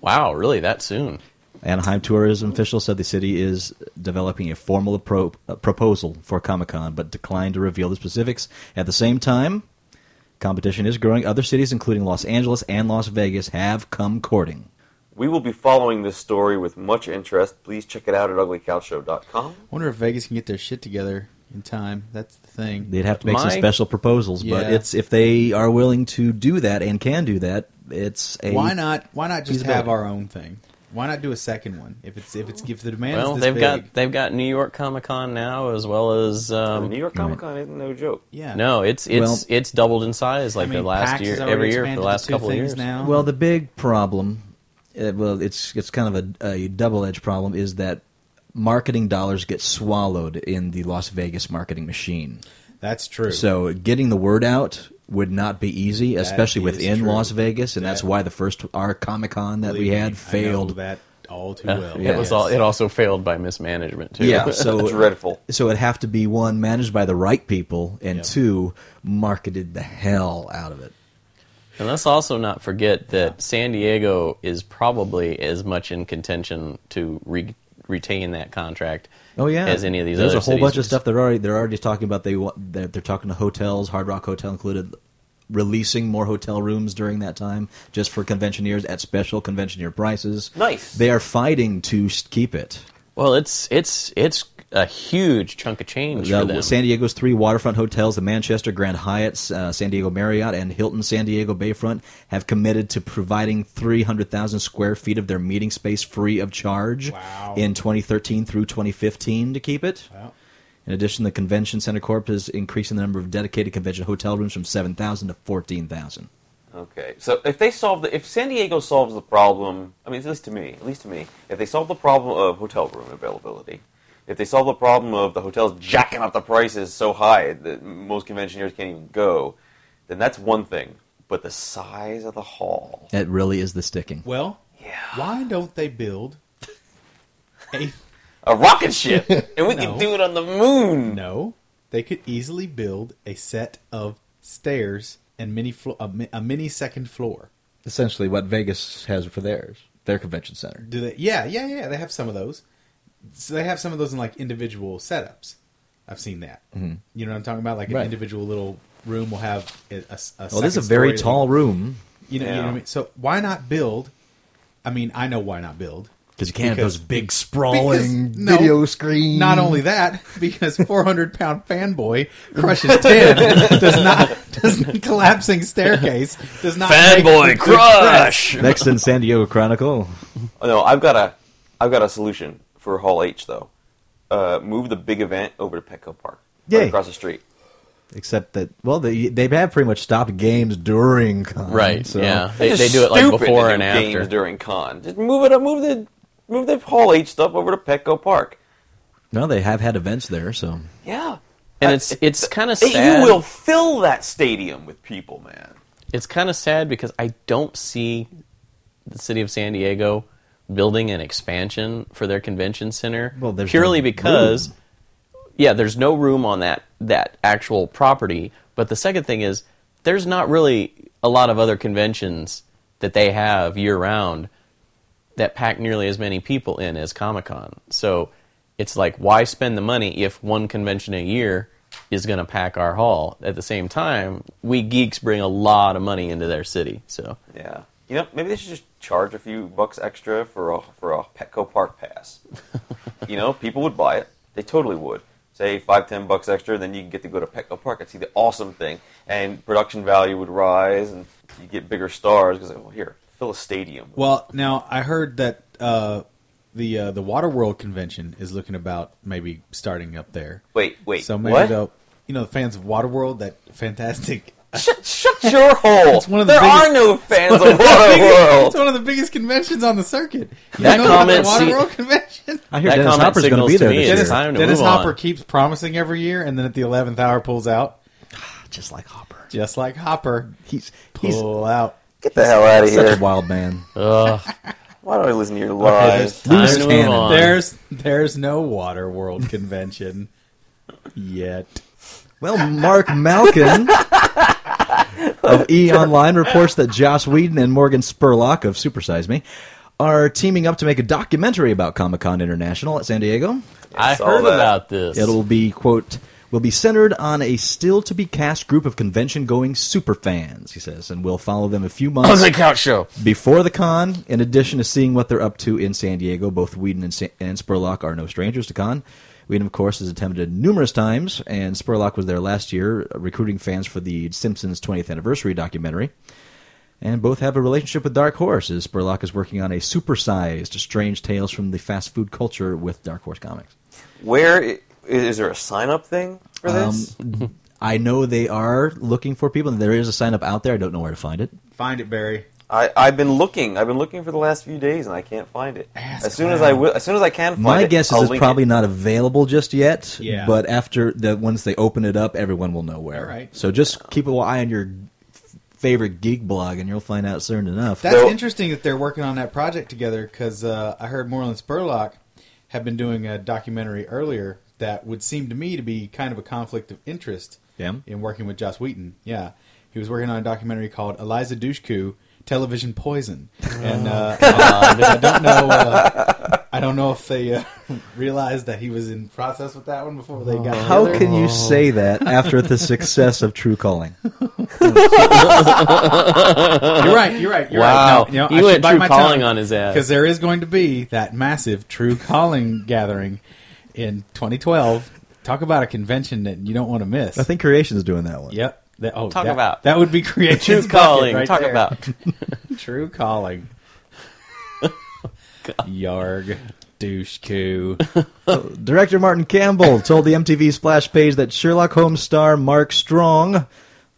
S3: Wow, really? That soon?
S4: Anaheim tourism officials said the city is developing a formal appro- uh, proposal for Comic Con, but declined to reveal the specifics. At the same time, competition is growing. Other cities, including Los Angeles and Las Vegas, have come courting.
S5: We will be following this story with much interest. Please check it out at uglycouchshow.com.
S6: Wonder if Vegas can get their shit together in time. That's the thing.
S4: They'd have to make some
S3: My-
S4: special proposals,
S6: Yeah.
S4: but it's if they are willing to do that and can do that, it's a
S6: why not? Why not just
S4: feasibility.
S6: have our own thing? Why not do a second one if it's if it's if the demand
S3: Well,
S6: is this
S3: they've
S6: big?
S3: got they've got New York Comic Con now as well as um,
S5: New York Comic Con isn't no joke.
S6: yeah.
S3: no, it's it's
S4: Well-
S3: it's doubled in size
S6: I
S3: like the
S6: mean,
S3: last
S6: PAX has
S3: year
S6: already
S3: every year for the
S6: expanded to
S3: last
S6: two
S3: couple of
S6: things
S3: years.
S6: now.
S4: Well, the big problem, uh, well, it's it's kind of a, a double edged problem, is that marketing dollars get swallowed in the Las Vegas marketing machine.
S6: that's true.
S4: So getting the word out would not be easy, especially
S6: is
S4: within
S6: true.
S4: Las Vegas, and that's
S6: That-
S4: why the first our Comic Con that
S6: Believe
S4: we
S6: me, I
S4: had
S6: know
S4: failed.
S6: that all too
S3: Yeah.
S6: well.
S4: Yeah.
S3: It was all, it also failed by mismanagement too.
S4: Yeah,
S3: [LAUGHS]
S4: so
S5: Dreadful.
S4: So it'd have to be one managed by the right people, and
S6: Yep.
S4: two marketed the hell out of it.
S3: And let's also not forget that San Diego is probably as much in contention to re- retain that contract.
S4: Oh yeah,
S3: as any of these.
S4: There's
S3: other
S4: a whole
S3: cities.
S4: bunch of stuff they're already they're already talking about. They want they're, they're talking to hotels, Hard Rock Hotel included, releasing more hotel rooms during that time just for conventioneers at special conventioneer prices.
S5: Nice.
S4: They are fighting to s- keep it.
S3: Well, it's it's it's a huge chunk of change for
S4: The-
S3: them.
S4: San Diego's three waterfront hotels, the Manchester Grand Hyatt, uh, San Diego Marriott, and Hilton San Diego Bayfront, have committed to providing 300,000 square feet of their meeting space free of charge
S6: Wow.
S4: in 2013 through 2015 to keep it.
S6: Wow.
S4: In addition, the Convention Center Corp is increasing the number of dedicated convention hotel rooms from 7,000 to 14,000.
S5: Okay, so if they solve the, if San Diego solves the problem, I mean, at least to me, at least to me, if they solve the problem of hotel room availability, if they solve the problem of the hotels jacking up the prices so high that most conventioneers can't even go, then that's one thing. But the size of the hall,
S4: That really is the sticking.
S6: Well,
S5: Yeah.
S6: why don't they build a
S5: a rocket
S6: [LAUGHS]
S5: ship, and we can
S6: No.
S5: do it on the moon.
S6: no? They could easily build a set of stairs and mini flo- a, mi- a mini second floor.
S4: Essentially, what Vegas has for theirs, their convention center.
S6: Do they? Yeah, yeah, yeah. They have some of those. So they have some of those in like individual setups. I've seen that. Mm-hmm. You know what I'm talking about? Like
S4: Right.
S6: an individual little room will have a. a, a
S4: Well, this is a
S6: second
S4: very
S6: story,
S4: tall room
S6: You know, you know what I
S5: Yeah.
S6: mean? So why not build? I mean, I know why not build.
S4: because you can't have
S6: Because-
S4: those big
S6: Because-
S4: sprawling
S6: no,
S4: video screens.
S6: Not only that, because 400 pound fanboy crushes 10 does not, does collapsing staircase does not. make the-
S3: Fanboy
S6: the
S3: crush.
S4: Next in San Diego Chronicle.
S5: Oh, no, I've got a, I've got a solution for Hall H though. Uh, move the big event over to Petco Park,
S4: Yay.
S5: right across the street.
S4: Except that, well, they they have pretty much stopped games during con,
S3: Right,
S4: So
S3: yeah. They,
S5: It's
S3: they do it like
S5: stupid to
S3: before
S5: do
S3: and
S5: games
S3: after.
S5: during con. Just move it up. Move the move the Hall H stuff over to Petco Park.
S4: no, they have had events there. So
S5: Yeah,
S3: And it's it's kind of
S5: It-
S3: sad.
S5: you will fill that stadium with people, man.
S3: It's kind of sad because I don't see the city of San Diego building an expansion for their convention center
S4: Well, there's
S3: purely
S4: no
S3: because yeah, there's no room on that that actual property, but the second thing is there's not really a lot of other conventions that they have year round that pack nearly as many people in as Comic-Con. So it's like why spend the money if one convention a year is going to pack our hall. At the same time, we geeks bring a lot of money into their city. So
S5: Yeah, you know, maybe they should just charge a few bucks extra for a for a Petco Park
S3: [LAUGHS]
S5: pass. you know, people would buy it. They totally would. Say five, ten bucks extra, then you can get to go to Petco Park and see the awesome thing, and production value would rise, and you get bigger stars because well, here, fill a stadium.
S6: Well, now I heard that uh, the uh, the Waterworld convention is looking about maybe starting up there.
S5: Wait, wait,
S6: So maybe
S5: what?
S6: they'll, you know, the fans of Waterworld, that fantastic.
S5: Shut, shut your hole.
S6: It's one of the
S5: there
S6: biggest-
S5: are
S4: [LAUGHS]
S5: no fans of
S6: [LAUGHS] It's
S5: Waterworld.
S6: one of the biggest conventions on the circuit. You
S3: That
S6: know about the
S3: comment se-
S6: Waterworld convention.
S4: I hear
S3: That
S4: Dennis
S3: comment
S4: Hopper's going to
S3: signals
S4: be
S3: to
S4: there
S3: me
S4: this year.
S3: it's time to
S6: Dennis
S3: move
S6: Hopper
S3: on.
S6: keeps promising every year, and then at the eleventh hour pulls out,
S4: just like Hopper.
S6: just like Hopper.
S4: He's he's
S3: Oh.
S6: Pull out.
S5: Get the hell out of
S4: such a wild man.
S3: Ugh,
S5: Why do I listen to your lies?
S3: time
S4: Loose
S3: to move
S4: cannon.
S3: on.
S6: There's there's no Waterworld convention [LAUGHS] yet.
S4: Well, Mark
S3: [LAUGHS]
S4: Malkin of E Online reports that Joss Whedon and Morgan Spurlock of Supersize Me are teaming up to make a documentary about Comic Con International at San Diego.
S3: I
S5: saw
S3: heard
S5: that.
S3: about this.
S4: It'll be quote will be centered on a still to be cast group of convention going superfans, he says, and we'll follow them a few months
S5: couch show.
S4: before the con, in addition to seeing what they're up to in San Diego, both Whedon and, Sa- and Spurlock are no strangers to con. Whedon, of course, has attended numerous times, and Spurlock was there last year uh, recruiting fans for the Simpsons 20th anniversary documentary. And both have a relationship with Dark Horse, as Spurlock is working on a supersized Strange Tales from the Fast Food Culture with Dark Horse Comics.
S5: Where i- is there a sign up thing for this?
S4: Um, I know they are looking for people, and there is a sign up out there. I don't know where to find it.
S6: Find it, Barry.
S5: I, I've been looking. I've been looking for the last few days, and I can't find it.
S6: Ask
S5: as soon as
S6: Clown.
S5: I will, as soon as I can find
S4: My
S5: it,
S4: guess
S5: I'll
S4: is it's
S5: link
S4: probably
S5: it.
S4: not available just yet.
S6: Yeah.
S4: But after the once they open it up, everyone will know where.
S6: All right.
S4: So just keep an eye on your f- favorite geek blog, and you'll find out soon enough.
S6: That's
S5: Though-
S6: interesting that they're working on that project together because uh, I heard Moreland Spurlock had been doing a documentary earlier that would seem to me to be kind of a conflict of interest
S4: Yeah.
S6: in working with Joss Wheaton. Yeah. He was working on a documentary called Eliza Dushku Television Poison. And [LAUGHS] uh, I don't know uh, I don't know if they uh, [LAUGHS] realized that he was in process with that one before they got
S4: How
S6: together.
S4: can you say that after the success of True Calling?
S6: You're right, you're right, you're
S3: Wow.
S6: right. No,
S3: You went True Calling on his ass.
S6: Because there is going to be that massive True Calling gathering in 2012. Talk about a convention that you don't want to miss.
S4: I think Creation's doing that one.
S6: Yep. That- oh,
S3: Talk
S6: that-
S3: about-
S6: that would be creation's
S3: True
S6: bucket
S3: calling.
S6: right
S3: Talk
S6: there. [LAUGHS]
S3: about. [LAUGHS]
S6: True Calling. Yarg, douche
S3: [LAUGHS]
S6: coo.
S4: Director Martin Campbell told the MTV splash page that Sherlock Holmes star Mark Strong,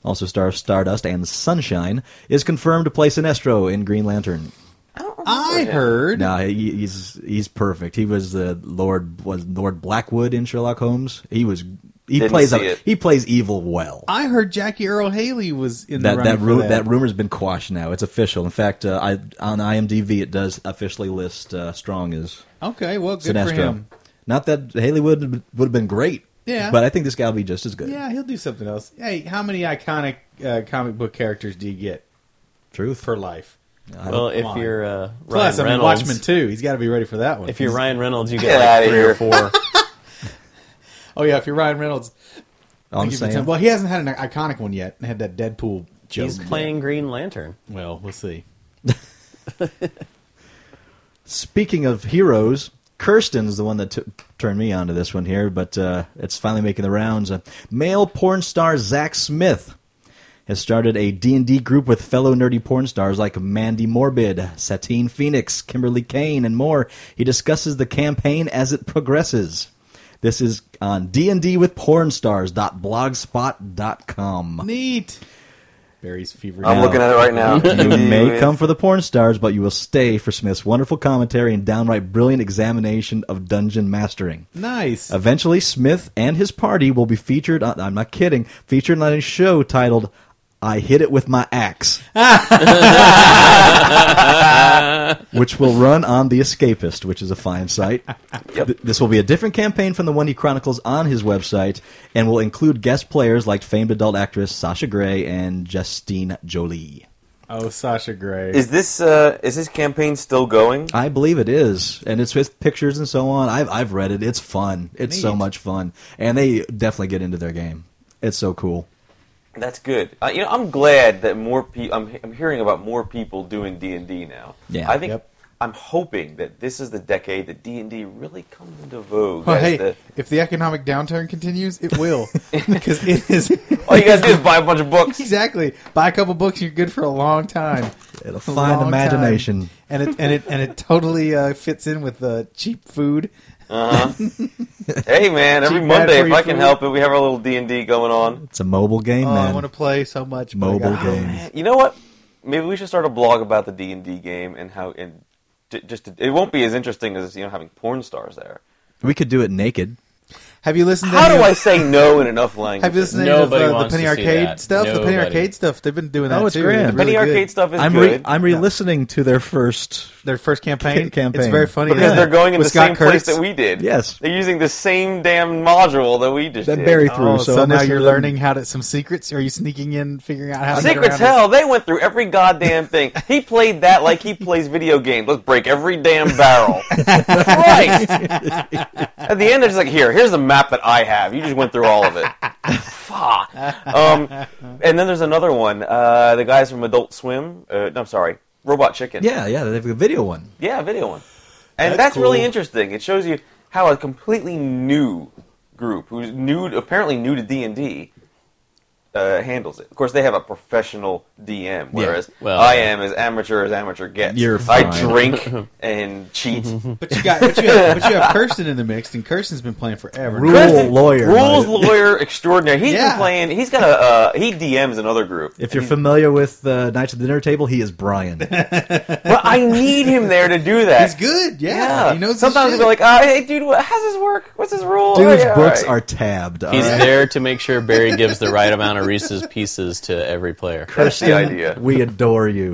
S4: also star of Stardust and Sunshine, is confirmed to play Sinestro in Green Lantern.
S6: I heard.
S4: No, he, he's he's perfect. He was the Lord was Lord Blackwood in Sherlock Holmes. He was he
S5: Didn't
S4: plays
S5: see
S4: a-
S5: it.
S4: he plays evil well.
S6: I heard Jackie Earl Haley was in the
S4: That
S6: running
S4: that,
S6: for
S4: ru-
S6: that.
S4: that rumor's been quashed now. It's official. In fact, uh, I on IMDb it does officially list uh, Strong as
S6: Okay, well, good for
S4: Sinestro.
S6: him.
S4: Not that Haley would would have been great.
S6: Yeah.
S4: but I think this guy will be just as good.
S6: Yeah, he'll do something else. Hey, how many iconic uh, comic book characters do you get
S4: truth.
S6: per life?
S3: [LAUGHS] Well, if
S6: on.
S3: you're uh, Ryan
S6: Plus, I mean,
S3: Reynolds,
S6: Watchmen too. He's got to be ready for that one.
S3: if you're
S6: He's-
S3: Ryan Reynolds, you get
S5: Get
S3: like
S5: outta
S3: three or
S5: here. [LAUGHS]
S3: four.
S6: oh yeah, if you're Ryan Reynolds,
S4: All I'm
S6: Give it to him.
S4: saying.
S6: Well, he hasn't had an iconic one yet. Had that Deadpool joke.
S3: He's
S6: yet.
S3: playing Green Lantern.
S6: Well, we'll see.
S4: Speaking of heroes, Kirsten's the one that t- turned me on to this one here, but uh, it's finally making the rounds. Uh, male porn star Zach Smith has started a D&D group with fellow nerdy porn stars like Mandy Morbid, Satine Phoenix, Kimberly Kane, and more. He discusses the campaign as it progresses. This is on D&D with pornstars.blogspot.com.
S6: Neat. Barry's fever.
S5: I'm looking at it right now.
S4: [LAUGHS]
S5: [LAUGHS]
S4: You may
S5: Anyways,
S4: come for the porn stars, but you will stay for Smith's wonderful commentary and downright brilliant examination of dungeon mastering.
S6: Nice.
S4: Eventually, Smith and his party will be featured on, I'm not kidding, featured on a show titled I Hit It With My Axe, which will run on The Escapist, which is a fine site. Th- This will be a different campaign from the one he chronicles on his website and will include guest players like famed adult actress Sasha Gray and Justine Jolie.
S6: oh, Sasha Grey.
S5: Is this uh, is this campaign still going?
S4: I believe it is, and it's with pictures and so on. I've I've read it. It's fun. It's so
S6: Neat.
S4: much fun, and they definitely get into their game. It's so cool.
S5: That's good. Uh, you know, I'm glad that more people. I'm, I'm hearing about more people doing D and D now.
S4: Yeah.
S5: I think
S6: Yep.
S5: I'm hoping that this is the decade that D and D really comes into vogue.
S6: Well,
S5: as
S6: Oh, hey,
S5: the-
S6: if the economic downturn continues, it will because it is
S5: all you guys do is buy a bunch of books.
S6: [LAUGHS] exactly. Buy a couple books, you're good for a long time.
S4: It'll
S6: A
S4: find
S6: long
S4: imagination.
S6: time. and it and it and it totally uh, fits in with uh, cheap food.
S5: Hey man, every
S6: Cheap
S5: Monday if
S6: ad-free
S5: I can
S6: food.
S5: help it, we have our little D and D going on.
S4: It's a mobile game,
S6: Oh, I
S4: man.
S6: want to play so much. but I
S4: mobile
S6: got-
S4: game.
S5: You know what? Maybe we should start a blog about the D and D game and how and j- just to, it won't be as interesting as you know having porn stars there.
S4: We could do it naked.
S6: Have you listened? To
S5: How
S6: any
S5: do
S6: of-
S5: I say no in
S6: [LAUGHS]
S5: enough languages?
S6: Have you listened to
S3: Nobody
S6: any of uh, the
S3: wants
S6: Penny
S3: to see
S6: Arcade
S3: that.
S6: stuff? The Penny
S3: Nobody.
S6: Arcade stuff. They've been doing that.
S4: it's
S6: too.
S4: grand.
S6: They're
S5: Oh, Penny
S6: really
S5: Arcade
S6: good.
S5: stuff is
S4: I'm re-
S5: good.
S4: I'm re-listening to their first.
S6: Their first campaign.
S4: Campaign.
S6: It's very funny
S5: because
S6: Yeah.
S5: they're going in
S6: With
S5: the
S6: Scott
S5: same
S6: Kurtz.
S5: place that we did.
S4: Yes.
S5: they're using the same damn module that we just
S4: That
S5: did.
S4: Barry through.
S6: Oh,
S4: so
S6: so,
S4: I'm
S6: now
S4: listening
S6: you're
S4: to them.
S6: learning how to some secrets. Are you sneaking in, figuring out how to get
S5: Secrets
S6: around it?
S5: hell, they went through every goddamn thing. He played that like he plays video games. Let's break every damn barrel.
S4: [LAUGHS]
S5: Christ! At the end, they're just like, here, here's the map that I have. You just went through all of it. Fuck. Um, and then there's another one. Uh, the guys from Adult Swim. Uh, no, I'm sorry, Robot Chicken.
S4: Yeah, yeah, they have a video one.
S5: Yeah, video one. And that's, really interesting. It shows you how a completely new group, who's new, apparently new to D and D, uh, handles it. Of course, they have a professional DM, whereas
S3: well,
S5: I
S3: yeah.
S5: am as amateur as amateur gets.
S4: You're
S5: I
S4: fine.
S5: drink and cheat.
S6: But you got, but you have, but you have Kirsten in the mix, and Kirsten's been playing forever.
S4: Rule
S5: Kirsten-
S4: lawyer.
S5: rules
S4: right?
S5: lawyer extraordinary. He's
S6: Yeah.
S5: been playing. He's got a uh, he DMs another group.
S4: If you're familiar with uh, Knights of the Dinner Table, he is
S6: [LAUGHS]
S4: Brian.
S5: But I need him there to do that.
S6: He's good. Yeah, he knows. his
S5: Sometimes he'll
S6: shit.
S5: be like, uh, "Hey, dude, what, how's this work? What's his rule?"
S6: Oh,
S4: Dude's
S5: Yeah,
S4: books
S5: right.
S4: are tabbed. all
S3: He's
S6: [LAUGHS]
S4: right?
S3: there to make sure Barry gives the right amount of Reese's pieces to every
S6: [LAUGHS]
S3: player.
S5: That's the idea.
S4: We adore you.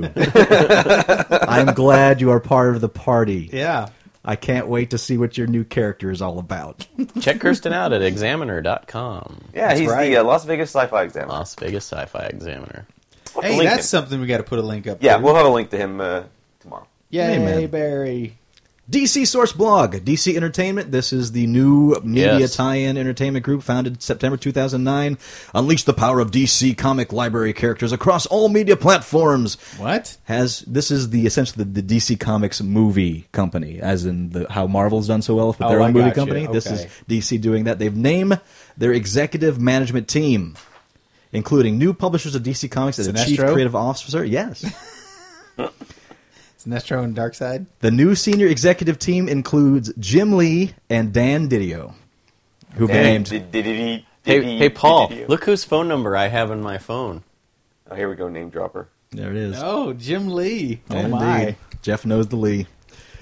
S4: I'm glad you are part of the party.
S6: yeah.
S4: I can't wait to see what your new character is all about.
S3: Check Kirsten out at examiner.com.
S5: Yeah, he's
S6: right.
S5: the uh, Las Vegas Sci-Fi Examiner.
S3: Las Vegas Sci Fi Examiner.
S5: We'll have
S6: Hey,
S5: to link
S6: that's
S5: him.
S6: something we got to put a link up.
S5: yeah.
S6: to.
S5: We'll have a link to him uh, tomorrow.
S6: Yay,
S4: Amen.
S6: Barry.
S4: DC Source Blog, DC Entertainment. This is the new media
S3: Yes.
S4: tie-in entertainment group founded September 2009. Unleash the power of DC comic library characters across all media platforms.
S6: What?
S4: Has this is the essentially the, the DC Comics movie company, as in the, how Marvel's done so well with their
S6: Oh, I
S4: own movie
S6: gotcha.
S4: company. This is
S6: Okay.
S4: DC doing that. They've named their executive management team, including new publishers of DC Comics and a chief
S6: Sinestro?
S4: creative officer. Yes.
S6: It's Nestro and Darkseid.
S4: The new senior executive team includes Jim Lee and Dan Didio, who've been named.
S5: Hey,
S3: Hey, hey, Paul, look whose phone number I have in my phone.
S5: uh, Oh, here we go, name dropper.
S4: there it is.
S6: Oh, Jim Lee. Oh
S4: Yeah,
S6: my.
S4: indeed. Jeff knows the Lee.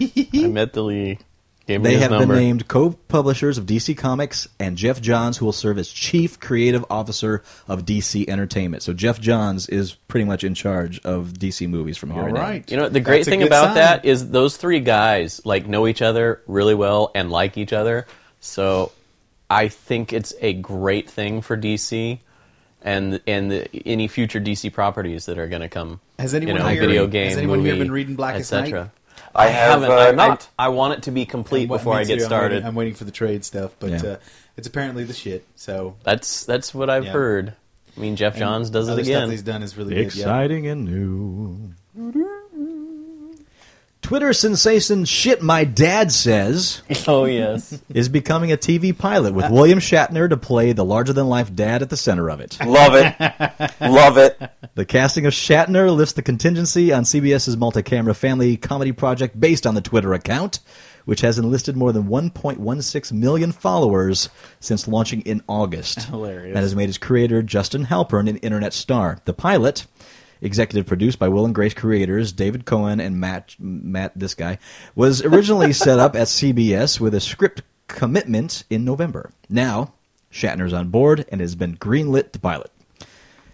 S3: I met the Lee. Gave me
S4: They
S3: his
S4: have
S3: number.
S4: been named co-publishers of DC Comics and Jeff Johns, who will serve as chief creative officer of DC Entertainment. So Jeff Johns is pretty much in charge of DC movies from here
S6: All
S4: on out.
S6: right.
S3: You know, the
S6: That's
S3: great
S6: a
S3: thing
S6: good
S3: about
S6: sign.
S3: that is those three guys like know each other really well and like each other. So I think it's a great thing for DC and and the, any future DC properties that are going to come.
S6: Has
S3: you
S6: anyone
S3: know,
S6: here-
S3: video
S6: has
S3: game,
S6: anyone here
S3: movie,
S6: been reading Blackest
S3: etc.
S6: Night?
S5: I,
S3: I haven't.
S5: uh,
S3: I,
S5: not.
S3: I, I want it to be complete
S6: What
S3: before I
S6: means
S3: get
S6: to do, I'm waiting-
S3: started.
S6: I'm waiting for the trade stuff, but
S4: Yeah.
S6: uh, it's apparently the shit. So
S3: That's that's what I've
S6: Yeah.
S3: heard. I mean, Jeff Johns does it
S6: other stuff
S3: again.
S6: he's done is really good.
S4: Exciting and new. Twitter sensation shit my dad says
S3: [LAUGHS] Oh yes,
S4: is becoming a TV pilot with William Shatner to play the larger than life dad at the center of it.
S5: Love it, love it.
S4: The casting of Shatner lifts the contingency on CBS's multi-camera family comedy project based on the Twitter account, which has enlisted more than 1.16 million followers since launching in August.
S6: Hilarious.
S4: And has made its creator Justin Halpern an internet star. The pilot, executive produced by Will and Grace creators David Cohen and Matt Matt this guy, was originally set up at CBS with a script commitment in November. Now, Shatner's on board and has been greenlit to pilot.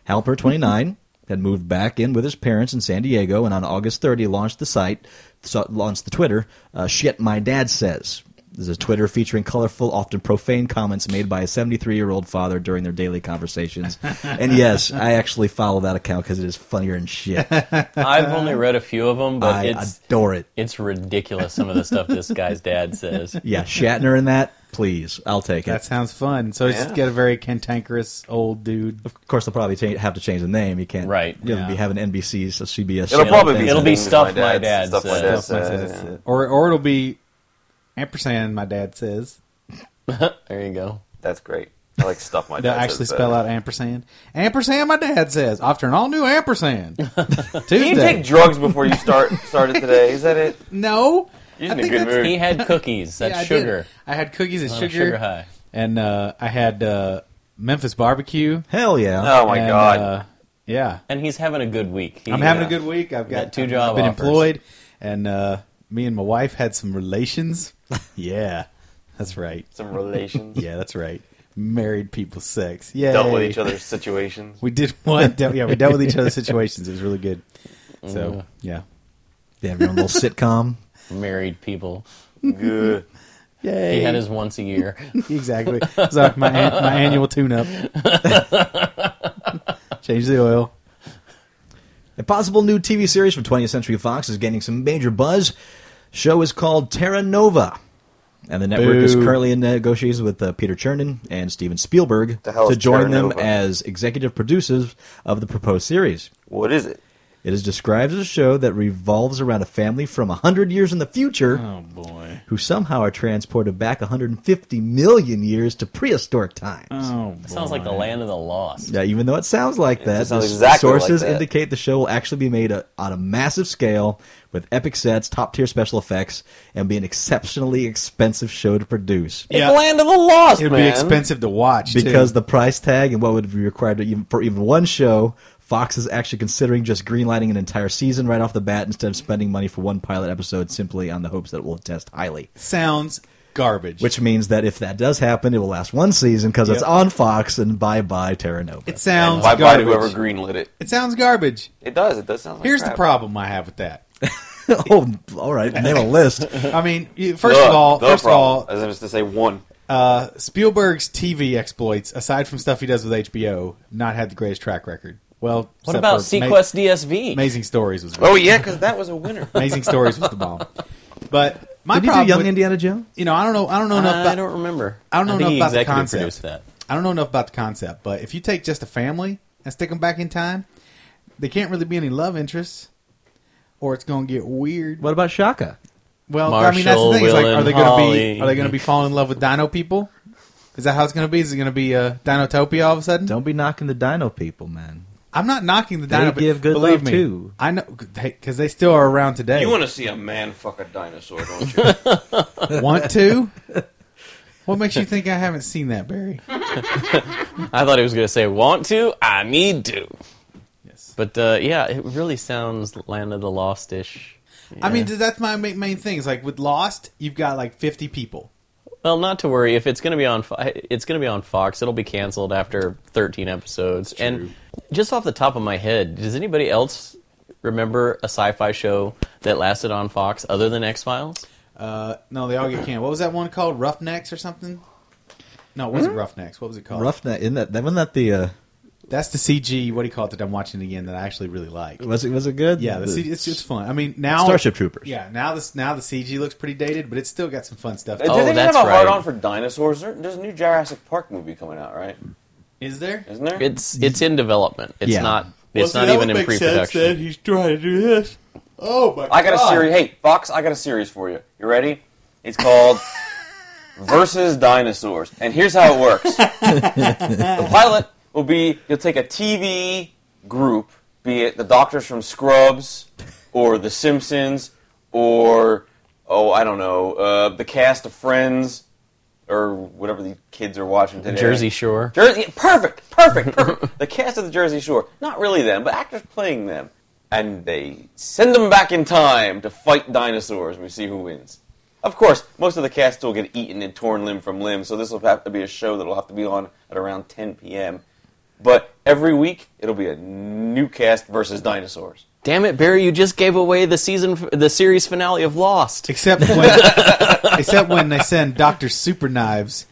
S4: Halper, 29, had moved back in with his parents in San Diego, and on August 30 launched the site, so, launched the Twitter. Uh, Shit, my dad says. This is a Twitter featuring colorful, often profane comments made by a 73-year-old father during their daily conversations. and yes, I actually follow that account because it is funnier than shit.
S3: I've only read a few of them, but
S4: I
S3: it's
S4: adore it.
S3: it's ridiculous. Some of the stuff this guy's dad
S6: [LAUGHS]
S3: says.
S4: Yeah, Shatner in that, please, I'll take it.
S6: That sounds fun. So he's just got a very cantankerous old dude.
S4: of course, they'll probably change, have to change the name. You can't,
S3: Right,
S4: You know,
S6: yeah.
S4: be having NBC's, or CBS.
S5: It'll
S4: channel
S5: probably be
S4: things.
S3: It'll be
S5: something
S3: stuff
S5: with my
S3: my
S5: dad's, uh, stuff
S3: dad
S5: my
S3: says.
S5: dad
S6: Stuff like that.
S5: says.
S6: Or or it'll be ampersand. My dad says.
S3: There you go.
S5: That's great. I like stuff my uh,
S6: They'll
S5: dad.
S6: actually
S5: says
S6: spell
S5: better.
S6: out ampersand. Ampersand. My dad says after an all
S3: [LAUGHS]
S6: new ampersand
S5: Did you
S6: [LAUGHS] Tuesday.
S5: take drugs before you start started today? Is that it?
S6: no.
S5: You're
S6: I
S5: in a
S6: think
S5: good
S6: that's-
S5: mood.
S3: He had cookies. That's
S6: Yeah, I did.
S3: sugar.
S6: I, had cookies and
S3: On a
S6: sugar,
S3: Sugar high.
S6: and uh, I had uh, Memphis barbecue.
S4: Hell yeah!
S5: Oh my
S6: and,
S5: god!
S6: uh, yeah,
S3: And he's having a good week. He,
S6: I'm having
S3: uh,
S6: a good week. I've got,
S3: got two
S6: I've
S3: job
S6: been
S3: offers.
S6: employed, and uh, me and my wife had some relations. yeah, That's right.
S5: Some relations.
S6: [LAUGHS] Yeah, that's right. Married people, sex. Yeah,
S5: Dealt with each other's
S6: [LAUGHS]
S5: situations.
S6: We did one. dealt- yeah, we dealt with each other's situations. It was really good. So yeah,
S4: They have your own little sitcom.
S3: Married people.
S5: Good.
S6: yay.
S3: He had his once a
S6: [LAUGHS]
S3: year.
S6: exactly. It's like my an- my annual tune up. Change the oil.
S4: A possible new TV series from 20th Century Fox is gaining some major buzz. Show is called Terra Nova, and the network is
S6: Boo.
S4: currently in negotiations with uh, Peter Chernin and Steven Spielberg
S5: The hell
S4: to
S5: is
S4: join
S5: Terra
S4: them
S5: Nova?
S4: as executive producers of the proposed series.
S5: What is it?
S4: It is described as a show that revolves around a family from 100 years in the future
S6: Oh boy.
S4: who somehow are transported back 150 million years to prehistoric times.
S6: Oh,
S3: It sounds like the land of the lost.
S4: Yeah, even though it sounds like that,
S5: sounds
S4: the s-
S5: exactly like
S4: sources
S5: that.
S4: indicate the show will actually be made a, on a massive scale with epic sets, top tier special effects, and be an exceptionally expensive show to produce.
S5: It's
S6: Yeah.
S5: Land of the Lost,
S6: It'd
S5: man.
S6: be expensive to watch too.
S4: Because the price tag and what would be required to even, for even one show, Fox is actually considering just greenlighting an entire season right off the bat instead of spending money for one pilot episode simply on the hopes that it will test highly.
S6: sounds garbage.
S4: Which means that if that does happen, it will last one season because it's
S6: Yep.
S4: on Fox and bye bye Terra Nova.
S6: it sounds
S5: Why buy
S6: garbage.
S5: whoever greenlit it?
S6: it sounds garbage.
S5: It does. It does sound like
S6: Here's
S5: crap.
S6: the problem I have with that.
S4: [LAUGHS] oh, all right, name
S5: [LAUGHS]
S4: a list.
S6: I mean, you- first
S5: The-
S6: of all,
S5: the
S6: first
S5: problem,
S6: of all,
S5: as I was to say, one.
S6: uh, Spielberg's TV exploits, aside from stuff he does with HBO, not had the greatest track record. Well,
S3: What
S6: except
S3: about
S6: for Ma-
S3: Sequest DSV?
S6: Amazing Stories was
S5: Oh yeah, because that was a winner.
S6: Amazing Stories was the bomb. But my
S4: Did you do
S6: problem
S4: Young
S6: with-
S4: Indiana Jones?
S6: you know, I don't know. I don't know enough.
S3: I
S6: about,
S3: don't remember.
S6: I don't know
S3: think
S6: enough
S3: he
S6: about the
S3: executive
S6: concept.
S3: produced that.
S6: I don't know enough about the concept, but if you take just a family and stick them back in time, they can't really be any love interests, or it's going to get weird.
S4: What about Shaka?
S6: Well, I mean, that's the
S3: Marshall,
S6: thing. Is
S3: Will,
S6: like, are
S3: and
S6: they going to
S3: Holly.
S6: be? Are they going to be falling in love with Dino people? Is that how it's going to be? Is it going to be uh, Dinotopia all of a sudden?
S4: Don't be knocking the dino people, man.
S6: I'm not knocking the
S4: They
S6: Dino.
S4: give good
S6: believe
S4: love,
S6: me,
S4: too.
S6: I know because they still are around today.
S5: You want to see a man fuck a dinosaur, don't [LAUGHS] you?
S6: want to? What makes you think I haven't seen that, Barry?
S3: I thought he was going to say, want to? I need to.
S6: Yes.
S3: But uh, yeah, it really sounds Land of the Lost ish.
S6: I mean, that's my ma- main thing. Is like with Lost, you've got like 50 people.
S3: Well, not to worry. If it's going to be on, Fo- it's going to be on Fox. It'll be canceled after 13 episodes. And just off the top of my head, does anybody else remember a sci-fi show that lasted on Fox other than X Files?
S6: Uh, no, they all get canned. What was that one called? Roughnecks or something? No, it wasn't
S4: Hmm?
S6: Roughnecks. What was it called?
S4: Roughneck, Oh, isn't that? Wasn't that the? Uh,
S6: That's the CG. What do you call it that I'm watching again that I actually really like?
S4: was it? Was it good?
S6: Yeah, the, CG, it's, it's fun. I mean, now
S4: Starship Troopers.
S6: Yeah, now this now the CG looks pretty dated, but it's still got some fun stuff.
S5: Did
S3: Oh,
S5: they
S3: that's
S5: have a hard
S3: right.
S5: on for dinosaurs? There- There's a new Jurassic Park movie coming out, right?
S6: Is there?
S5: Isn't there?
S3: It's it's in development. It's
S4: Yeah.
S3: not. It's not even in pre-production.
S6: he's trying to do this. Oh my!
S5: I got a series. Hey, Fox, I got a series for you. You ready? It's called Versus Dinosaurs. And here's how it works the pilot will be you'll take a TV group, be it the doctors from Scrubs or The Simpsons or, oh, I don't know, uh, the cast of Friends or whatever the kids are watching today.
S3: Jersey Shore.
S5: Jersey, perfect, perfect, perfect. the cast of the Jersey Shore, not really them, but actors playing them, and they send them back in time to fight dinosaurs. and We see who wins. Of course, most of the cast will get eaten and torn limb from limb, so this will have to be a show that'll have to be on at around 10 p.m. But every week, it'll be a new cast versus dinosaurs.
S3: Damn it, Barry! You just gave away the season, f- the series finale of Lost.
S6: Except when, except when they send Doctor Super Knives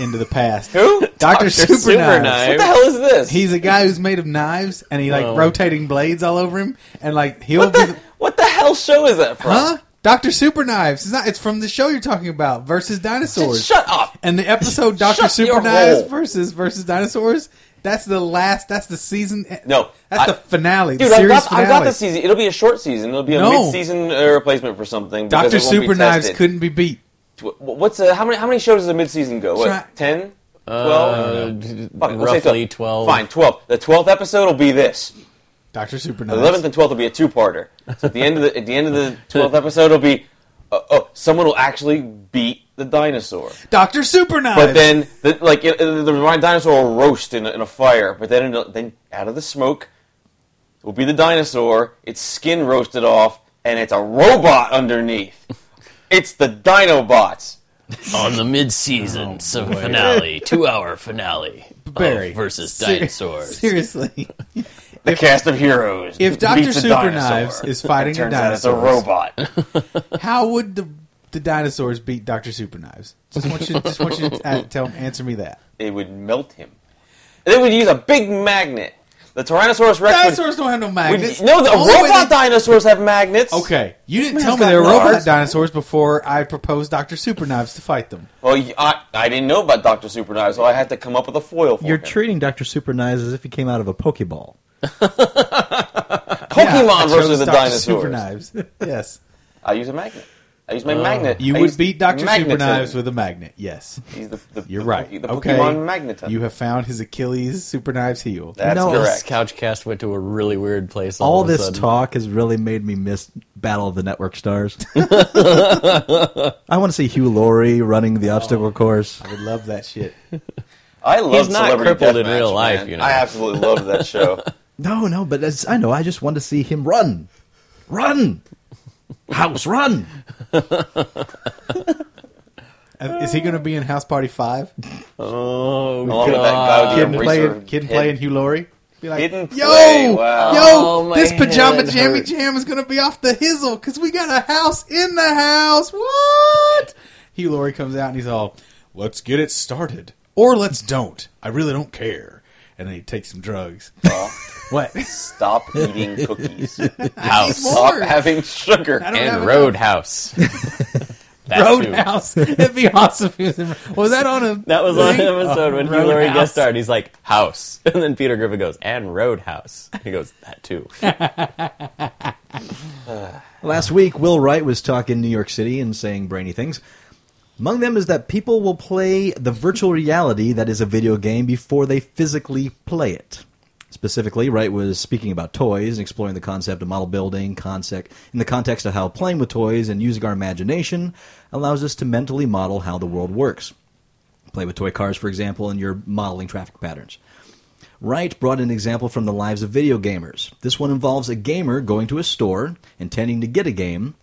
S6: into the past.
S5: Who?
S6: Doctor Super, Knives.
S5: What the hell is this?
S6: He's a guy who's made of knives, and he like
S3: Whoa.
S6: rotating blades all over him, and like he'll
S5: what,
S6: be.
S5: the, what the hell show is that from?
S6: Huh? Doctor Super Knives. It's not. It's from the show you're talking about versus dinosaurs.
S5: Shut up!
S6: And the episode Doctor
S5: Shut
S6: Super
S5: your
S6: Knives
S5: hole.
S6: versus versus dinosaurs. That's the last. That's the season. eh,
S5: No,
S6: that's
S5: I-
S6: the finale.
S5: Dude,
S6: the
S5: I've
S6: series
S5: got,
S6: finale.
S5: I've got the season. It'll be a short season. It'll be a
S6: No.
S5: mid-season uh, replacement for something. because
S6: Doctor
S5: it won't be
S6: Super Knives
S5: tested.
S6: couldn't be beat.
S5: Wh- What's uh, how many how many shows does a mid-season go?
S6: Try-
S5: What, 10? 12?
S3: Uh, d-
S5: Fuck it, we'll say
S3: roughly 12.
S5: Fine, 12. The 12th episode will be this.
S6: Doctor Super
S5: The
S6: Knives.
S5: 11th and 12th will be a two-parter. So at the end of the at the end of the 12th episode will be uh, oh, someone will actually beat the dinosaur.
S6: Doctor Super Knives.
S5: But then, the, like it, it- the remind- dinosaur will roast in a, in a fire. But then, in a, then out of the smoke will be the dinosaur. Its skin
S6: [LAUGHS]
S5: roasted off, and it's a robot underneath. it's the Dinobots.
S3: on the mid-season so finale, two-hour
S6: [LAUGHS]
S3: finale. of
S6: Oh, Barry
S3: Oh, versus
S6: Ser-
S3: dinosaurs.
S6: Seriously,
S5: The cast of heroes.
S6: if Doctor
S5: meets a
S6: Super
S5: dinosaur.
S6: Knives is fighting
S5: turns
S6: a
S5: out it's a
S6: dinosaur,
S5: robot.
S6: [LAUGHS] how would the the dinosaurs beat Doctor Super Knives? Just want you, just want you to a- tell answer me that.
S5: they would melt him. They would use a big magnet. The Tyrannosaurus Rex.
S6: Dinosaurs don't have no
S5: would,
S6: magnets.
S5: would, no, the
S6: only way
S5: robot
S6: they-
S5: dinosaurs have magnets.
S6: Okay, you didn't
S5: Man's
S6: tell me they
S5: got
S6: were robot
S5: NARS.
S6: dinosaurs before I proposed Doctor Super Knives to fight them.
S5: Well, y- I, I didn't know about Doctor Super Knives, so I had to come up with a foil for
S4: You're
S5: him.
S4: treating Doctor Super Knives as if he came out of a Pokeball.
S6: Yeah,
S5: Pokemon
S6: I
S5: versus
S6: chose
S5: the
S6: Dr.
S5: dinosaurs.
S6: Super Knives. Yes.
S5: I use a magnet. I use my magnet.
S6: Oh. You
S5: I
S6: would
S5: use
S6: beat Dr. Super
S5: magnetism.
S6: Knives with a magnet. Yes.
S5: He's the, the,
S6: You're
S5: the,
S6: right.
S5: The
S6: okay.
S5: Pokemon magnetism.
S6: You have found his Achilles Super Knives heel.
S5: That's
S4: No,
S3: This
S5: correct.
S3: couchcast went to a really weird place. All,
S4: All
S3: of a
S4: this
S3: sudden.
S4: talk has really made me miss Battle of the Network [LAUGHS] Stars. I want to see Hugh Laurie running the obstacle course.
S6: I would love that shit.
S5: I love
S3: He's not
S5: Celebrity
S3: crippled in
S5: Deathmatch,
S3: real life,
S5: man.
S3: you know.
S5: I absolutely loved that
S3: [LAUGHS]
S5: show.
S4: No, no, but as I know, I just want to see him run, run, house run.
S6: Uh, Is he going to be in House Party 5?
S5: Uh,
S3: Oh,
S5: Along with that guy
S3: God.
S5: with the
S6: Kid playing,
S5: eraser
S6: kid
S5: head.
S6: playing Hugh Laurie? Be like,
S5: Hidden
S6: yo,
S5: play, wow.
S6: yo,
S3: Oh, my
S6: this pajama
S3: head
S6: jammy
S3: hurt.
S6: jam is going to be off the hizzle because we got a house in the house. What? Hugh Laurie comes out and he's all, let's get it started. Or let's don't. I really don't care. And then he takes some drugs.
S5: Well, [LAUGHS]
S6: What?
S5: Stop eating
S6: [LAUGHS]
S5: cookies.
S3: House
S5: Stop
S6: Lord.
S5: having sugar.
S6: I don't have
S3: and
S6: enough- [LAUGHS]
S3: Roadhouse. [LAUGHS] That too.
S6: Roadhouse. It'd be awesome. if he was in- Was that on a?
S3: That was on
S6: thing?
S3: the episode when Hugh
S6: Roadhouse.
S3: Laurie guest starred. He's like House, [LAUGHS] and then Peter Griffin goes and Roadhouse. He goes that too.
S4: Last week, Will Wright was talking New York City and saying brainy things. Among them is that people will play the virtual reality that is a video game before they physically play it. Specifically, Wright was speaking about toys and exploring the concept of model building concept in the context of how playing with toys and using our imagination allows us to mentally model how the world works. Play with toy cars, for example, and you're modeling traffic patterns. Wright brought an example from the lives of video gamers. This one involves a gamer going to a store, intending to get a game.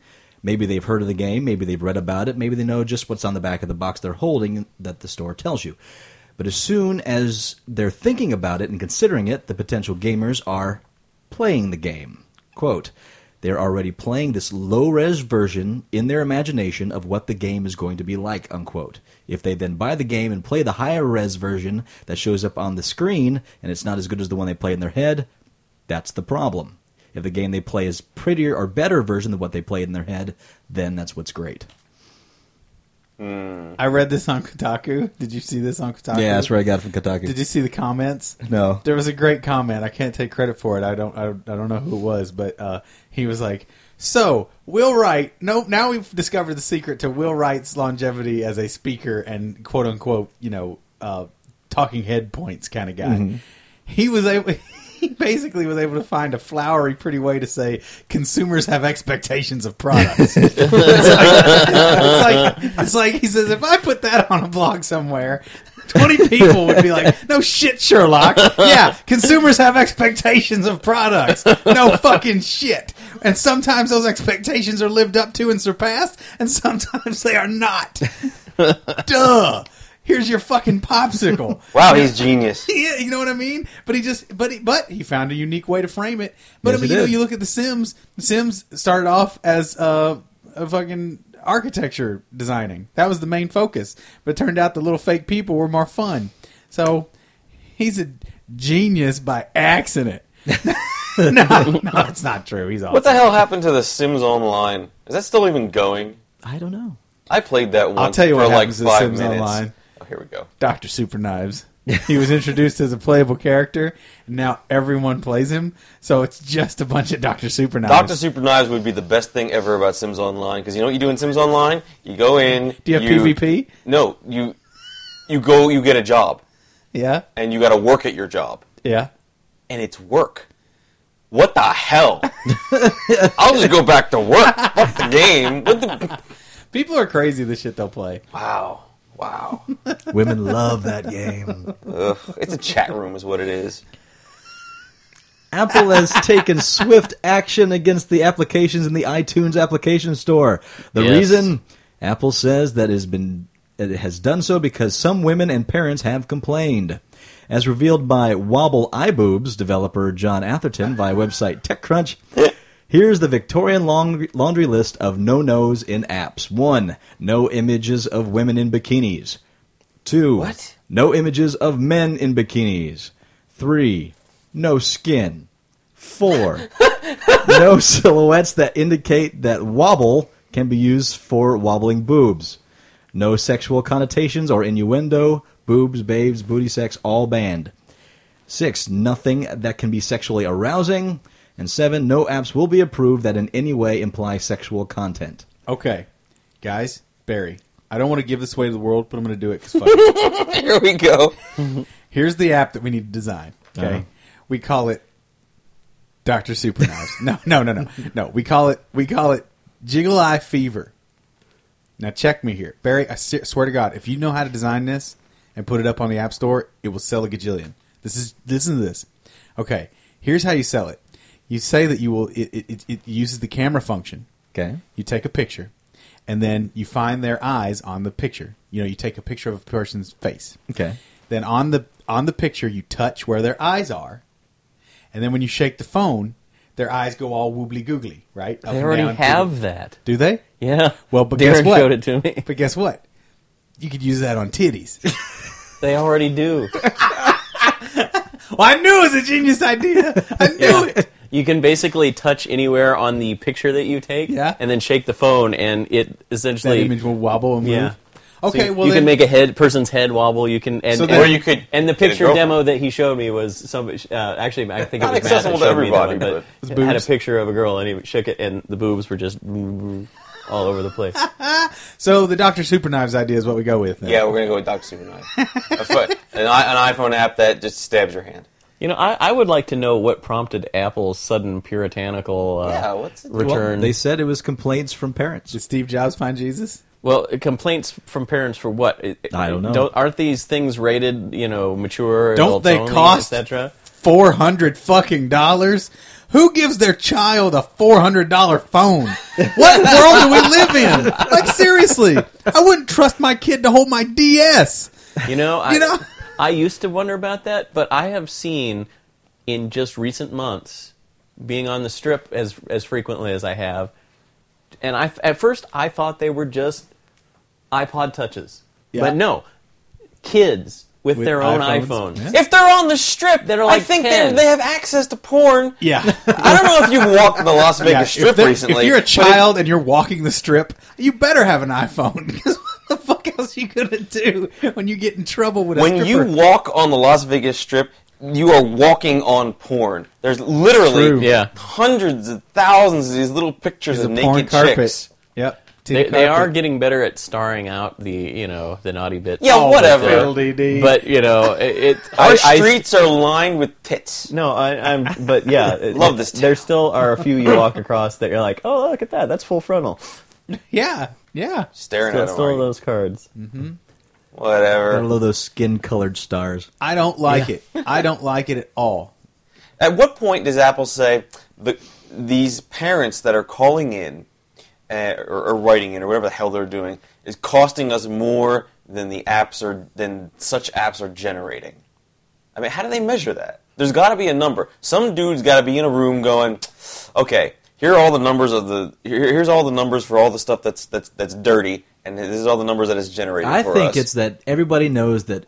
S4: Maybe they've heard of the game, maybe they've read about it, maybe they know just what's on the back of the box they're holding that the store tells you. But as soon as they're thinking about it and considering it, the potential gamers are playing the game. Quote, they're already playing this low res version in their imagination of what the game is going to be like, unquote. If they then buy the game and play the higher res version that shows up on the screen and it's not as good as the one they play in their head, that's the problem. If the game they play is prettier or better version than what they played in their head, then that's what's great.
S6: I read this on Kotaku. Did you see this on Kotaku?
S4: Yeah, that's where I got it from Kotaku.
S6: Did you see the comments?
S4: No.
S6: There was a great comment. I can't take credit for it. I don't. I, I don't know who it was, but uh, he was like, "So Will Wright. No, now we've discovered the secret to Will Wright's longevity as a speaker and quote unquote, you know, uh, talking head points kind of guy.
S4: Mm-hmm.
S6: He was able." [LAUGHS] He basically was able to find a flowery, pretty way to say consumers have expectations
S4: [LAUGHS]
S6: of products. it's like it's like he says if I put that on a blog somewhere, twenty people would be like, "No shit, Sherlock." Yeah, consumers have expectations of products. No fucking shit. And sometimes those expectations are lived up to and surpassed, and sometimes they are not. Duh. Here's your fucking popsicle.
S5: Wow, he's
S6: [LAUGHS]
S5: genius.
S6: Yeah, you know what I mean. But he just, but he, but he found a unique way to frame it. But
S4: Yes,
S6: I mean,
S4: he
S6: you know,
S4: did.
S6: you look at the Sims. The Sims started off as uh, a fucking architecture designing. That was the main focus. But it turned out the little fake people were more fun. So he's a genius by accident. [LAUGHS] no, no, it's not true. He's awesome.
S5: What the hell happened to The Sims Online? Is that still even going?
S4: I don't know.
S5: I played that one.
S6: tell you
S5: for
S6: what
S5: like
S6: happens to The
S5: five
S6: Sims
S5: minutes.
S6: Online.
S5: Oh, here we go.
S6: Dr. Super Knives. He was introduced as a playable character, and now everyone plays him. So it's just a bunch of Dr. Super Knives.
S5: Doctor Super Knives would be the best thing ever about Sims Online because you know what you do in Sims Online? You go in.
S6: Do you have PvP?
S5: No, you you go. You get a job
S6: Yeah,
S5: and you got to work at your job,
S6: yeah.
S5: and it's work. What the hell? I'll just go back to work. Fuck the game. What the?
S6: People are crazy the shit they'll play.
S5: Wow. Wow.
S4: Women love [LAUGHS] that game.
S5: Ugh, it's a chat room, is what it is.
S4: Apple has taken swift action against the applications in the iTunes application store. The
S3: Yes.
S4: reason Apple says that has been It has done so because some women and parents have complained. As revealed by Wobble Eye Boobs developer John Atherton via website TechCrunch, here's the Victorian long- laundry list of no nos in apps. 1. No images of women in bikinis. 2.
S5: What?
S4: No images of men in bikinis. 3. No skin. 4. no silhouettes that indicate that wobble can be used for wobbling boobs. No sexual connotations or innuendo. Boobs, babes, booty sex, all banned. Six, nothing that can be sexually arousing. And seven, no apps will be approved that in any way imply sexual content.
S6: Okay, guys, Barry. I don't want to give this away to the world, but I'm going to do it. 'cause fuck it.
S5: Here we go.
S6: Here's the app that we need to design. Okay,
S4: Uh-huh.
S6: we call it Doctor Superknives. no, no, no, no, no. We call it we call it Jiggle Eye Fever. Now check me here, Barry. I se- swear to God, if you know how to design this and put it up on the App Store, it will sell a gajillion. This is listen to this. Okay, here's how you sell it. You say that you will. It, it, it- it uses the camera function.
S4: Okay.
S6: You take a picture, and then you find their eyes on the picture. You know, you take a picture of a person's face.
S4: Okay.
S6: Then on the on the picture, you touch where their eyes are, and then when you shake the phone, their eyes go all woobly googly, right? Up
S3: They
S6: and
S3: already
S6: down,
S3: have that.
S6: Do they?
S3: Yeah.
S6: Well, but
S3: Darren
S6: guess what?
S3: showed it to me.
S6: But guess what? You could use that on titties.
S3: They already do.
S6: well, I knew it was a genius idea. I knew it.
S3: [LAUGHS] You can basically touch anywhere on the picture that you take,
S6: Yeah.
S3: and then shake the phone, and it
S6: That
S3: essentially
S6: image will wobble and move.
S3: Yeah.
S6: Okay,
S3: you,
S6: well
S3: you
S6: then,
S3: can make a head person's head wobble. You can and,
S6: So
S3: and
S6: then- Or
S5: you could
S3: and the
S5: get a
S3: picture
S5: girlfriend.
S3: demo that he showed me was some uh, actually I think it
S5: Not
S3: was Matt
S5: accessible
S3: that
S5: to
S3: showed me that
S5: everybody,
S3: one,
S6: but-
S3: it had a
S6: Boobs.
S3: picture of a girl and he shook it and the boobs were just all over the place. [LAUGHS]
S6: so the Doctor Superknives idea is what we go with. Then.
S5: Yeah, we're gonna go with Doctor Superman. a foot, an, i- an iPhone app that just stabs your hand.
S3: You know, I, I would like to know what prompted Apple's sudden puritanical uh,
S5: Yeah, what's it-
S3: return.
S4: Well, they said it was complaints from parents.
S6: Did Steve Jobs find Jesus?
S3: Well, complaints from parents for what? It- it-
S4: I don't know.
S3: aren't these things rated, you know, mature,
S6: Don't
S3: adults
S6: they
S3: only,
S6: cost-
S3: etc.?
S6: four hundred fucking dollars? Who gives their child a four hundred dollar phone? What world do we live in? Like seriously, I wouldn't trust my kid to hold my DS.
S3: You
S6: [LAUGHS]
S3: know, I,
S6: You know?
S3: I used to wonder about that, but I have seen in just recent months being on the strip as as frequently as I have, and I at first I thought they were just iPod touches,
S6: Yeah.
S3: but no, kids with,
S6: With
S3: their own
S6: iPhones,
S3: iPhones.
S6: yeah.
S5: If they're on the strip,
S3: That are like
S5: I think
S3: 10.
S5: they they have access to porn.
S6: Yeah.
S5: I don't know if you've walked the Las Vegas Strip
S6: if, they're-
S5: recently.
S6: if you're a
S5: but
S6: child and you're walking the strip, you better have an iPhone [LAUGHS] because what the fuck else you gonna do when you get in trouble with a
S5: when you
S6: stripper?
S5: walk on the Las Vegas Strip, you are walking on porn. There's literally
S6: True.
S3: Yeah.
S5: hundreds of thousands of these little pictures
S6: It's
S5: of
S6: a
S5: naked
S6: porn carpet.
S5: chicks.
S6: Yep,
S3: They, they are getting better at starring out the you know the naughty bits.
S5: Yeah,
S3: but, uh,
S5: whatever.
S6: But
S3: But you know, it, [LAUGHS] it
S5: Our
S3: I- I-
S5: streets are lined with tits.
S3: No, I, I'm, but yeah, [LAUGHS] it-
S5: Love this town.
S3: There still are a few you [LAUGHS] walk across that you're like, oh, look at that, that's full frontal.
S6: yeah, yeah.
S5: Staring
S3: Still,
S5: at them.
S3: still
S5: aren't you?
S3: those cards.
S4: I
S5: Whatever.
S4: love those skin colored stars.
S6: I don't like it. I don't like it at all.
S5: At what point does Apple say the, these parents that are calling in uh, or, or writing in or whatever the hell they're doing is costing us more than the apps are than such apps are generating? I mean, how do they measure that? There's got to be a number. Some dude's got to be in a room going, "Okay, here are all the numbers of the here, here's all the numbers for all the stuff that's that's that's dirty, and this is all the numbers that it's generating."
S4: I
S5: for
S4: think
S5: us."
S4: it's that everybody knows that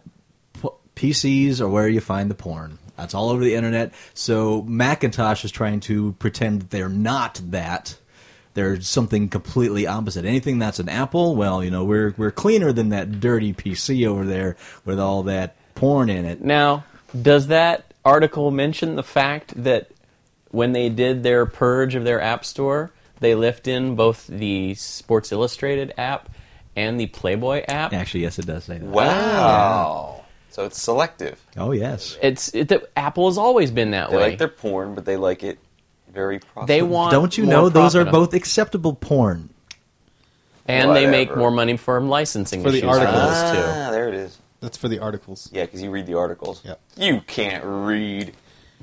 S4: p- PCs are where you find the porn. That's all over the internet. So Macintosh is trying to pretend they're not that. They're something completely opposite. Anything that's an Apple, well, you know, we're we're cleaner than that dirty PC over there with all that porn in it.
S3: Now, does that article mention the fact that when they did their purge of their app store, they left in both the Sports Illustrated app and the Playboy app?
S4: Actually, yes, it does say that.
S5: wow. So it's selective.
S4: Oh, yes.
S3: It's it, the, Apple has always been that
S5: They
S3: way.
S5: like their porn, but they like it very proper.
S3: they want.
S4: Don't you
S3: more
S4: know those are
S3: profit on-
S4: both acceptable porn?
S3: and they make
S5: Whatever.
S3: more money from licensing
S6: For the
S3: issues than
S6: articles.
S3: us, too.
S5: Ah, there it is.
S6: That's for the articles.
S5: Yeah, because you read the articles.
S6: Yep.
S5: You can't read.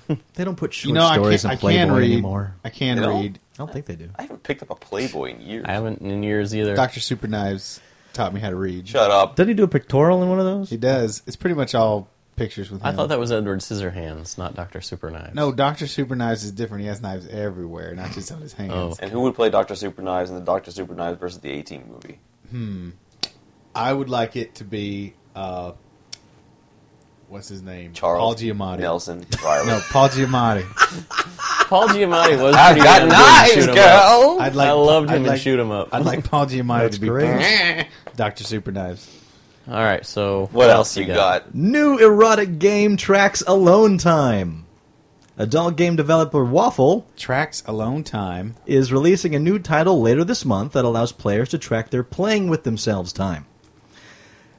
S4: They don't put short
S6: You know, I
S4: stories
S6: can,
S4: in
S6: I
S4: Playboy
S6: can read.
S4: anymore.
S6: I can
S5: They don't?
S6: read
S4: I don't think they do.
S5: I haven't picked up a Playboy in years.
S3: I haven't in years either.
S6: Doctor Super Knives taught me how to read.
S5: Shut up.
S4: Doesn't he do a pictorial in one of those?
S6: He does. It's pretty much all pictures with him.
S3: I thought that was Edward Scissorhands, not Doctor Super Knives.
S6: No, Doctor Super Knives is different. He has knives everywhere, not just on his
S4: Oh.
S6: hands.
S5: And who would play Doctor Super Knives in the Doctor Super Knives versus the A Team movie?
S6: I would like it to be uh, what's his name?
S5: Charles
S6: Paul Giamatti. [LAUGHS]
S5: Nelson.
S6: No,
S5: Ryland.
S6: Paul Giamatti.
S3: Paul Giamatti was.
S5: I've
S3: pretty
S5: got
S3: damn good in
S5: knives,
S3: Shoot 'em Up.
S5: girl.
S6: I'd like.
S3: I loved
S6: I'd
S3: him in
S6: like-
S3: Shoot 'em Up.
S6: I'd like Paul Giamatti
S4: That's
S6: to be
S4: great.
S3: [LAUGHS]
S6: Doctor Super Knives.
S3: All right, so
S5: What else you got?
S4: New erotic game tracks alone time. Adult game developer Waffle
S6: Tracks alone time.
S4: is releasing a new title later this month that allows players to track their playing with themselves time.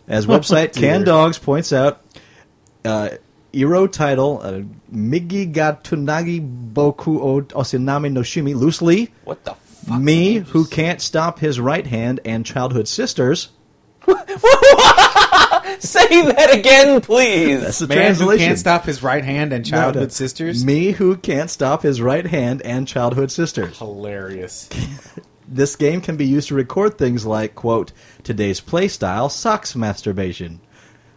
S4: As website Can Dogs points out, uh, Iro title uh, Migi ga Tunagi Boku o Osinami no Shimi loosely
S5: What the fuck?
S4: me who can't stop his right hand and childhood sisters.
S3: [LAUGHS]
S5: Say that again, please.
S4: That's the
S6: Man who
S4: translation.
S6: can't stop his right hand and
S4: No, no.
S6: childhood sisters.
S4: Me who can't stop his right hand and childhood sisters.
S6: Hilarious.
S4: This game can be used to record things like, quote, today's playstyle sucks masturbation.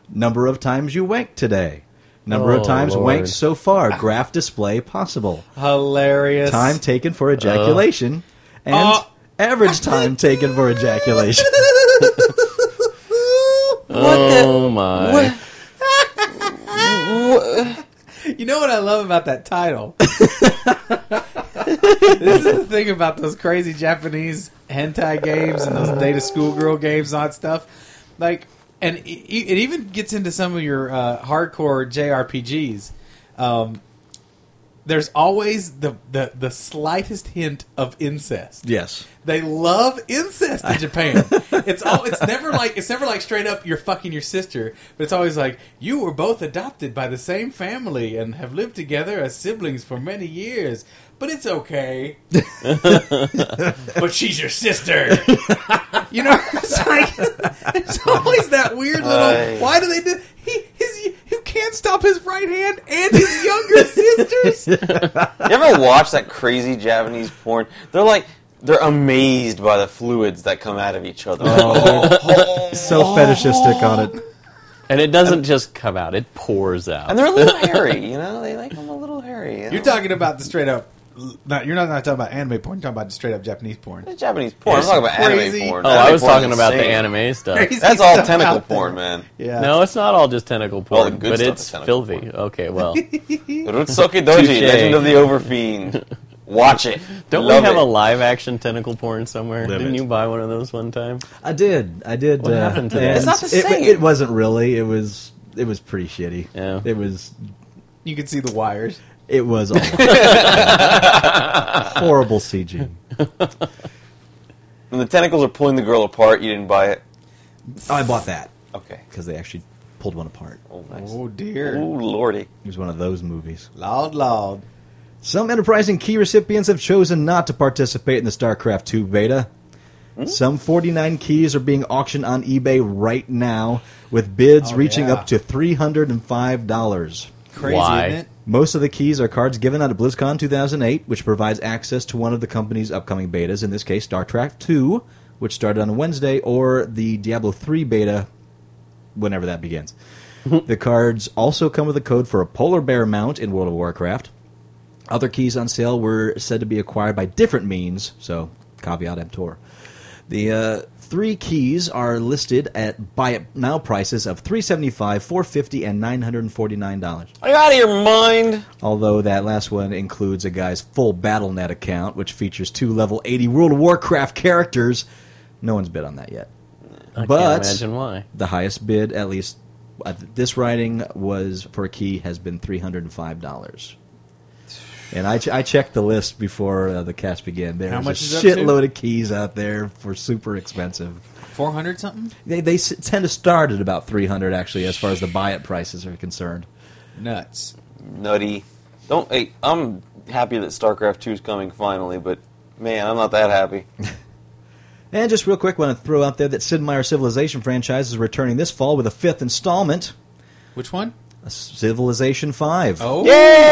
S4: Number of times you wanked today. Number
S3: Oh,
S4: of times
S3: Lord.
S4: wanked so far. Graph display possible.
S6: Hilarious.
S4: Time taken for ejaculation. and
S6: Uh.
S4: average time taken for ejaculation.
S3: Oh my!
S6: [LAUGHS] You know what I love about that title? [LAUGHS] this is the thing about those crazy Japanese hentai games and those data schoolgirl games and all that stuff. Like, and it, it even gets into some of your uh, hardcore JRPGs. Um, there's always the, the, the slightest hint of incest.
S4: yes.
S6: They love incest in Japan. it's all it's never like it's never like straight up you're fucking your sister, but it's always like you were both adopted by the same family and have lived together as siblings for many years. But it's okay. but she's your sister. you know, [LAUGHS] it's like it's always that weird little.
S5: Aye.
S6: Why do they do? He his who can't stop his right hand and his younger sisters.
S5: You ever watch that crazy Japanese porn? They're like, they're amazed by the fluids that come out of each other. [LAUGHS]
S4: So fetishistic on it.
S3: And it doesn't just come out; it pours out.
S5: and they're a
S3: [LAUGHS]
S5: little hairy, you know? They like them a little hairy. you
S6: You're
S5: know?
S6: talking about the straight up. Not, you're not, not talking about anime porn. You're talking about the straight up Japanese porn.
S5: It's Japanese porn.
S6: It's
S5: I'm talking about
S6: crazy.
S5: anime porn.
S3: oh,
S5: Anime
S3: I was
S5: porn's
S3: talking about the
S5: insane.
S3: anime stuff.
S6: Crazy.
S5: That's all
S6: Stuff
S5: tentacle
S6: out there.
S5: porn, man.
S6: [LAUGHS] Yeah.
S3: No, it's not all just tentacle porn,
S5: the good
S3: but
S5: stuff
S3: it's
S5: is tentacle
S3: filthy.
S5: porn.
S3: Okay, well,
S5: Rutsuki Doji,
S3: Touche.
S5: Legend of the
S3: [LAUGHS]
S5: Overfiend. Watch it.
S3: don't
S5: Love
S3: we have
S5: it.
S3: a live action tentacle porn somewhere?
S4: Live
S3: Didn't
S4: it.
S3: you buy one of those one time?
S4: I did. I did.
S3: What
S4: uh,
S3: happened to that?
S4: and
S3: It's
S5: not the
S4: it-
S5: same.
S4: It, wasn't really. It was. It was pretty shitty.
S3: Yeah.
S4: It was.
S6: You can see the wires.
S4: It was
S3: [LAUGHS]
S4: awful. horrible CG.
S5: When the tentacles are pulling the girl apart, you didn't buy it?
S4: I bought that
S5: Okay.
S4: because they actually pulled one apart.
S5: Oh, nice.
S6: Oh
S5: Oh,
S6: dear.
S5: lordy.
S4: It was one of those movies.
S6: Loud, loud.
S4: Some enterprising key recipients have chosen not to participate in the StarCraft 2 beta.
S3: Hmm?
S4: Some 49 keys are being auctioned on eBay right now, with bids
S6: Oh,
S4: reaching
S6: yeah.
S4: up to $305.
S6: Crazy,
S3: Why?
S6: isn't it?
S4: Most of the keys are cards given out at BlizzCon 2008, which provides access to one of the company's upcoming betas, in this case, Star Trek 2, which started on Wednesday, or the Diablo 3 beta, whenever that begins. the cards also come with a code for a polar bear mount in World of Warcraft. Other keys on sale were said to be acquired by different means, so caveat emptor. The uh, three keys are listed at buy it now prices of 375 450 and $949.
S5: Are you out of your mind?
S4: Although that last one includes a guy's full BattleNet account, which features two level 80 World of Warcraft characters. No one's bid on that yet.
S3: I
S4: but
S3: can't imagine why.
S4: the highest bid, at least at this writing, was for a key has been $305. And I, ch- I checked the list before uh, the cast began. There's
S6: How much
S4: a
S6: is up to?
S4: shitload of keys out there for super expensive.
S6: Four hundred something?
S4: They, they s- tend to start at about 300 actually, as far as the buy it prices are concerned.
S6: Nuts.
S5: Nutty. Don't. Hey, I'm happy that StarCraft 2 is coming finally, but man, I'm not that happy.
S4: And just real quick, want to throw out there that Sid Meier's Civilization franchise is returning this fall with a fifth installment.
S6: Which one?
S4: Civilization Five,
S6: Oh,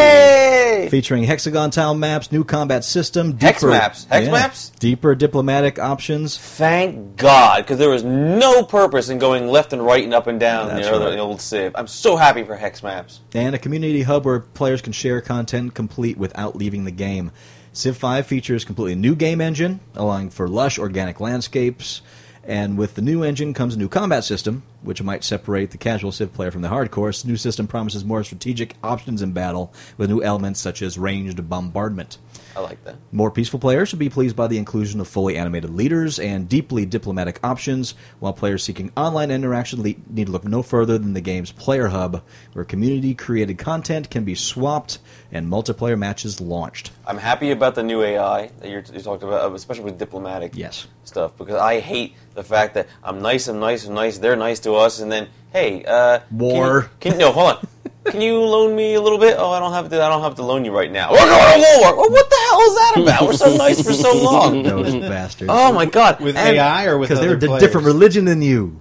S5: Yay!
S4: featuring hexagon tile maps, new combat system, deeper,
S5: Hex maps. Hex maps?
S4: deeper diplomatic options.
S5: Thank God, because there was no purpose in going left and right and up and down
S4: That's
S5: the, other,
S4: right.
S5: the old Civ. I'm so happy for hex maps.
S4: and a community hub where players can share content complete without leaving the game. Civ 5 features a completely new game engine, allowing for lush organic landscapes, and with the new engine comes a new combat system, which might separate the casual Civ player from the hardcore. This new system promises more strategic options in battle, with new elements such as ranged bombardment.
S5: I like that.
S4: More peaceful players should be pleased by the inclusion of fully animated leaders and deeply diplomatic options, while players seeking online interaction le- need to look no further than the game's player hub, where community created content can be swapped and multiplayer matches [LAUGHS] launched.
S5: I'm happy about the new AI that you're, you talked about, especially with diplomatic
S4: Yes.
S5: stuff, because I hate the fact that I'm nice, I'm nice, I'm nice, they're nice to us, and then hey, uh, can you-
S4: War.
S5: Can, no, hold
S4: [LAUGHS]
S5: on. Can you loan me a little bit? Oh, I don't have to. I don't have to loan you right now. We're going to war. Well, what the hell is that about? We're so nice for
S4: [LAUGHS]
S5: so long.
S4: Those bastards.
S5: Oh my god.
S6: with
S5: And-
S6: AI or with
S4: Because they're
S6: other
S4: a di-
S6: players?
S4: different religion than you.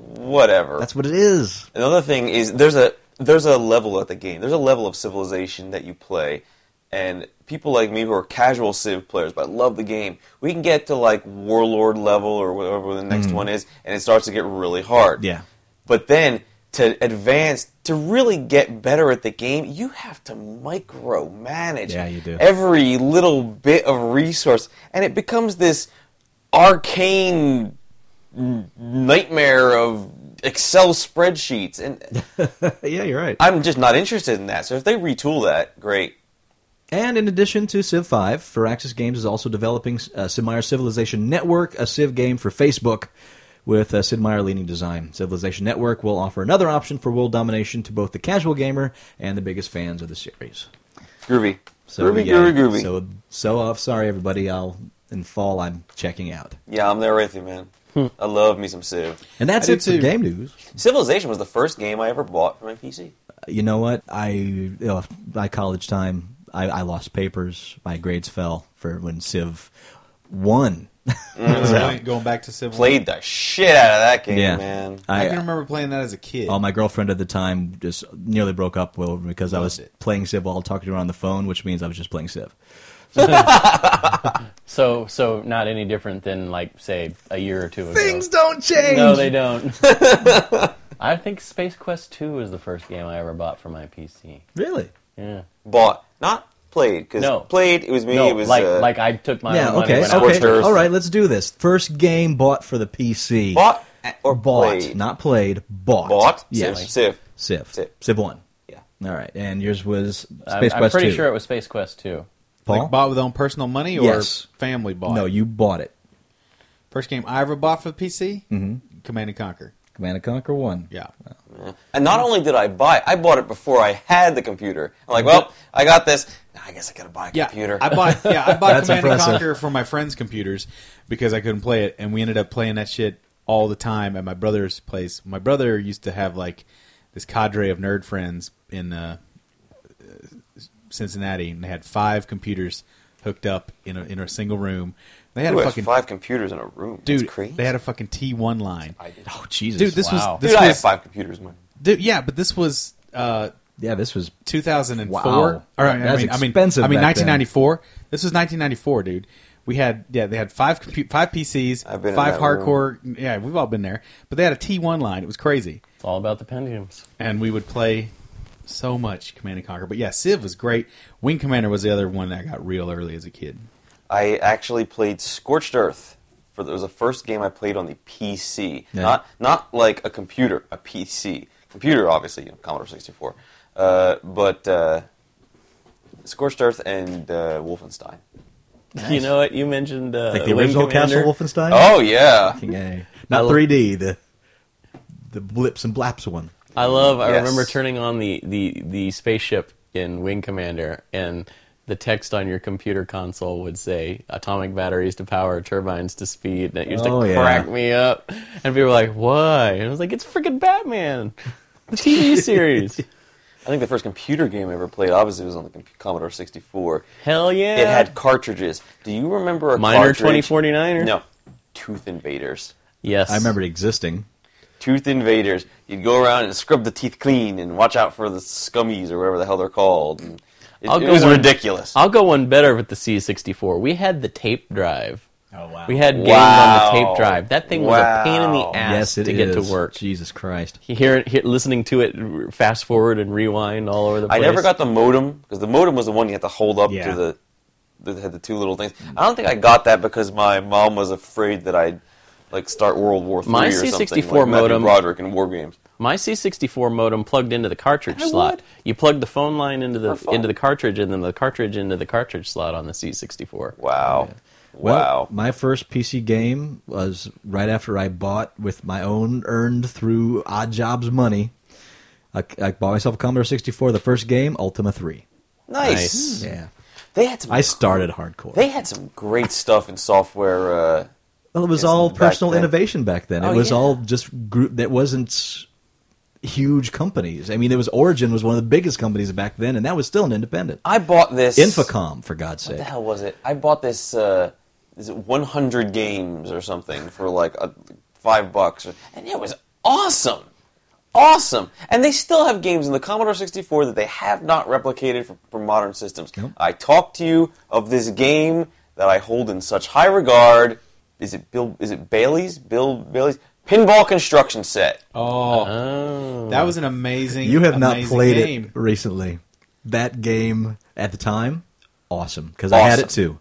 S5: Whatever.
S4: That's what it is.
S5: Another thing is there's a there's a level at the game. There's a level of civilization that you play, and people like me who are casual Civ players but love the game, we can get to like warlord level or whatever the next one is, and it starts to get really hard.
S4: Yeah.
S5: But then to advance, to really get better at the game, you have to micromanage
S4: Yeah, you do.
S5: every little bit of resource, and it becomes this arcane nightmare of Excel spreadsheets,
S4: [LAUGHS]
S5: and
S4: yeah, you're right.
S5: I'm just not interested in that. So if they retool that, great.
S4: And in addition to Civ 5, Firaxis Games is also developing uh, Sid Meier's Civilization Network, a Civ game for Facebook, with uh, Sid Meier leading design. Civilization Network will offer another option for world domination to both the casual gamer and the biggest fans of the series.
S5: Groovy, groovy, groovy, groovy.
S4: So, so off. Sorry, everybody. I'll in fall. I'm checking out.
S5: yeah, I'm there with you, man.
S4: Hmm.
S5: I love me some Civ.
S4: And that's
S6: I do
S4: it for
S6: too.
S4: game news.
S5: Civilization was the first game I ever bought for my PC.
S4: You know what? I you know, my college time. I, I lost papers. My grades fell for when Civ won.
S6: Going- going back to Civ.
S5: Played the shit out of that game,
S4: yeah,
S5: man.
S6: I can remember playing that as a kid.
S4: Oh, my girlfriend at the time just nearly broke up with me because I was
S6: Loved it.
S4: playing Civ while talking to her on the phone, which means I was just playing Civ.
S3: So, so not any different than like say a year or two ago.
S4: don't change.
S3: No, they don't.
S4: [LAUGHS]
S3: I think Space Quest Two was the first game I ever bought for my PC.
S4: really.
S3: Yeah.
S5: Bought, not played, because
S3: No.
S5: played it was me.
S3: No,
S5: it was
S3: like
S5: uh,
S3: like I took my
S4: yeah.
S3: own money
S4: Okay.
S3: when I was
S5: Scorched
S4: Okay.
S5: Earth.
S4: All right. Let's do this. First game bought for the PC.
S5: bought or
S4: Bought,
S5: played.
S4: not played. Bought.
S5: bought. Civ.
S4: Yes.
S5: Civ.
S4: Civ. Civ.
S5: Civ.
S4: one.
S5: Yeah.
S4: All right. And yours was Space
S3: I'm,
S4: Quest
S3: I'm pretty
S4: 2.
S3: sure it was Space Quest Two.
S4: Paul.
S6: Like bought with own personal money or
S4: Yes.
S6: family bought?
S4: no, you bought it.
S6: First game I ever bought for the PC, Command and Conquer.
S4: Command and Conquer one.
S6: Yeah.
S5: And not only did I buy, it, I bought it before I had the computer. I'm like, well, I got this. Nah, I guess I gotta buy a
S6: Yeah,
S5: computer.
S6: I bought yeah, I
S4: [LAUGHS]
S6: bought
S4: That's
S6: Command
S4: impressive.
S6: and Conquer for my friends' computers because I couldn't play it, and we ended up playing that shit all the time at my brother's place. My brother used to have like this cadre of nerd friends in uh, Cincinnati, and they had five computers hooked up in a, in a single room. They had
S5: Who
S6: a
S5: has
S6: fucking
S5: five computers in a room? That's
S6: dude.
S5: crazy.
S6: They had a fucking T one line.
S4: Oh Jesus.
S6: Dude, this
S3: Wow.
S6: was
S5: dude,
S6: this
S5: I have
S6: was
S5: five computers. Man.
S6: dude, yeah, but this was. Uh,
S4: Yeah, this was
S6: 2004.
S4: Wow.
S6: Or, I,
S4: That's
S6: mean, I mean,
S4: expensive
S6: I mean,
S4: back then.
S6: 1994. This was 1994, dude. We had yeah, they had five compu- five PCs,
S5: I've been in
S6: five
S5: that
S6: hardcore. Yeah, we've all been there. But they had a T1 line. It was crazy,
S3: It's all about the pendulums.
S6: and we would play so much Command and Conquer. But yeah, Civ was great. Wing Commander was the other one that I got real early as a kid.
S5: I actually played Scorched Earth. For it was the first game I played on the PC,
S4: Yeah.
S5: not not like a computer, a PC computer, obviously, you know, Commodore 64, uh, but uh, Scorched Earth and uh, Wolfenstein.
S3: You know what? You mentioned uh,
S4: like the
S3: Wing
S4: original
S3: Commander.
S4: Castle Wolfenstein.
S5: Oh yeah,
S4: Yeah. Not 3D, the the blips and blaps one.
S3: I love. I
S5: Yes.
S3: remember turning on the, the the spaceship in Wing Commander, and the text on your computer console would say "atomic batteries to power, turbines to speed." And it used
S4: Oh,
S3: to
S4: yeah.
S3: crack me up, and people were like, "Why?" And I was like, "It's freaking Batman,
S5: [LAUGHS]
S3: the TV series."
S5: I think the first computer game I ever played, obviously, was on the com- Commodore 64.
S3: Hell yeah!
S5: It had cartridges. Do you remember a
S3: Minor
S5: cartridge?
S3: 2049er?
S5: No, Tooth Invaders.
S3: yes.
S4: I remember it existing.
S5: Tooth Invaders. You'd go around and scrub the teeth clean and watch out for the scummies or whatever the hell they're called. And it
S3: I'll
S5: it
S3: go
S5: was
S3: one-
S5: ridiculous.
S3: I'll go one better with the C64. We had the tape drive.
S6: Oh wow.
S3: We had games on the
S5: Wow.
S3: tape drive. That thing was a pain in
S5: Wow.
S3: the ass
S4: yes, it
S3: to get
S4: is.
S3: to work.
S4: Jesus Christ.
S3: You hear it, hear, listening to it, fast forward and rewind all over the
S5: I
S3: place.
S5: never got the modem because the modem was the one you had to hold up
S4: Yeah.
S5: to the that had the two little things. I don't think I got that because my mom was afraid that I'd like start World War Three
S3: My
S5: or something
S3: C64
S5: like Matthew
S3: modem-
S5: Broderick in war games.
S3: my C64 modem plugged into the cartridge
S5: I
S3: slot.
S5: would.
S3: You plug the phone line into
S5: Or
S3: the
S5: phone.
S3: into the cartridge, and then the cartridge into the cartridge slot on the C64.
S5: Wow, [LAUGHS]
S4: Well,
S5: wow.
S4: my first PC game was right after I bought with my own earned through odd jobs money. I, I bought myself a Commodore 64. The first game, Ultima 3.
S3: Hmm.
S5: nice.
S4: Yeah.
S5: They had some.
S4: I started hardcore.
S5: they had some great stuff in software. Uh,
S4: well, it was
S5: Yes,
S4: all
S5: back
S4: personal
S5: then.
S4: innovation back then. It
S5: Oh,
S4: was
S5: yeah.
S4: all just group that wasn't huge companies. I mean, it was Origin was one of the biggest companies back then, and that was still an independent.
S5: I bought this
S4: Infocom, for God's
S5: What
S4: sake.
S5: the hell was it? I bought this. Uh, is it 100 games or something for like a, five bucks? Or, and it was awesome, awesome. And they still have games in the Commodore 64 that they have not replicated for, for modern systems.
S4: Nope.
S5: I talked to you of this game that I hold in such high regard. Is it Bill? Is it Bailey's? Bill Bailey's Pinball Construction Set.
S6: Oh, that was an amazing.
S4: You have not
S6: amazing
S4: played
S6: game.
S4: it recently. That game at the time, awesome because I had
S5: Awesome.
S4: it too.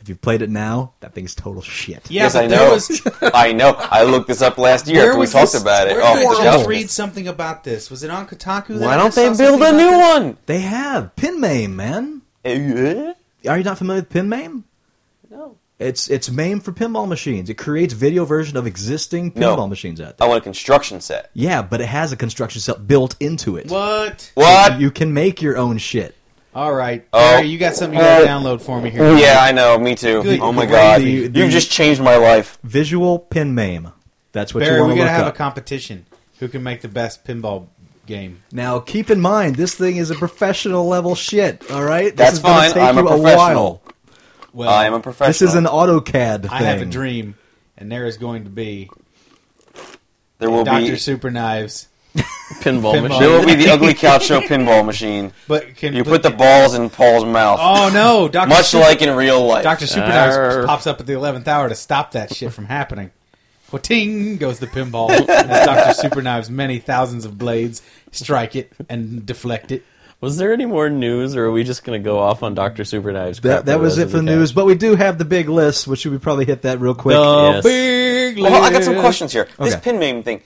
S4: If you've played it now, that thing's total shit.
S6: Yeah,
S5: yes,
S6: but
S5: I
S6: there
S5: know.
S6: was-
S5: [LAUGHS] I know. I looked this up last year after we talked about it.
S6: Where
S5: Oh,
S6: did
S5: my
S6: I
S5: God.
S6: just read something about this? Was it on Kotaku? that
S5: Why
S6: I
S5: don't
S6: saw
S5: they
S6: something
S5: build a
S6: about
S5: new
S6: this?
S5: one?
S4: They have Pin Mame, man.
S5: Eh, eh?
S4: Are you not familiar with Pin Mame?
S5: No.
S4: It's it's MAME for pinball machines. It creates video version of existing
S5: No.
S4: pinball machines out
S5: I
S4: there.
S5: want a construction set.
S4: Yeah, but it has a construction set built into it.
S6: What?
S5: What?
S4: You can make your own shit.
S6: All right,
S5: Oh.
S6: Barry, you got something you got to download for me
S5: [LAUGHS]
S6: here.
S5: yeah, I know. Me too.
S6: Good
S5: oh my
S6: gravy.
S5: god,
S4: The- the-
S5: you've just changed my life.
S4: Visual Pin Mame. That's what
S6: Barry,
S4: you want to
S6: we got
S4: look
S6: to have
S4: up.
S6: a competition. Who can make the best pinball game?
S4: Now, keep in mind, this thing is a professional level shit. All right,
S5: That's
S4: this is gonna
S5: fine,
S4: Take
S5: I'm a
S4: you
S5: professional.
S4: while.
S6: Well,
S5: I am a professional.
S4: This is an AutoCAD. Thing.
S6: I have a dream, and there is going to be
S5: There will
S6: Doctor
S5: be.
S6: Super Knives.
S3: Pinball,
S6: Pinball.
S5: There
S3: machine.
S5: will be
S6: [LAUGHS]
S5: the ugly couch show pinball machine.
S6: But can
S5: You put the balls in Paul's mouth,
S6: Oh no, Doctor
S5: much like in real life.
S6: Doctor Super Knives
S3: Arr.
S6: pops up at the eleventh hour to stop that shit from happening. Ting goes the pinball as Doctor Super Knives many thousands of blades strike it and deflect it.
S3: Was there any more news, or are we just going to go off on Doctor Super Knives? crap
S4: That, that
S3: the
S4: was
S3: rest
S4: it
S3: of
S4: for the
S3: cast?
S4: news, but we do have the big list, which we probably hit that real quick.
S6: The
S3: Yes.
S6: big
S5: Well, Oh, I got some
S6: list.
S5: questions here. This
S4: Okay.
S5: pin meme thing.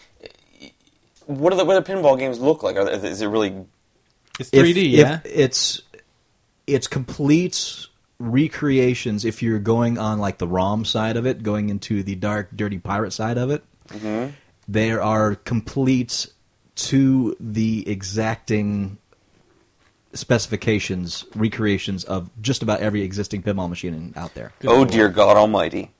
S5: What do the what do pinball games look like? Are they, is it really?
S6: It's
S4: If-
S6: 3D,
S4: if
S6: yeah.
S4: it's it's complete recreations. If you're going on like the ROM side of it, going into the dark, dirty pirate side of it,
S5: Mm-hmm.
S4: there are complete to the exacting specifications recreations of just about every existing pinball machine in- out there.
S5: oh dear God Almighty.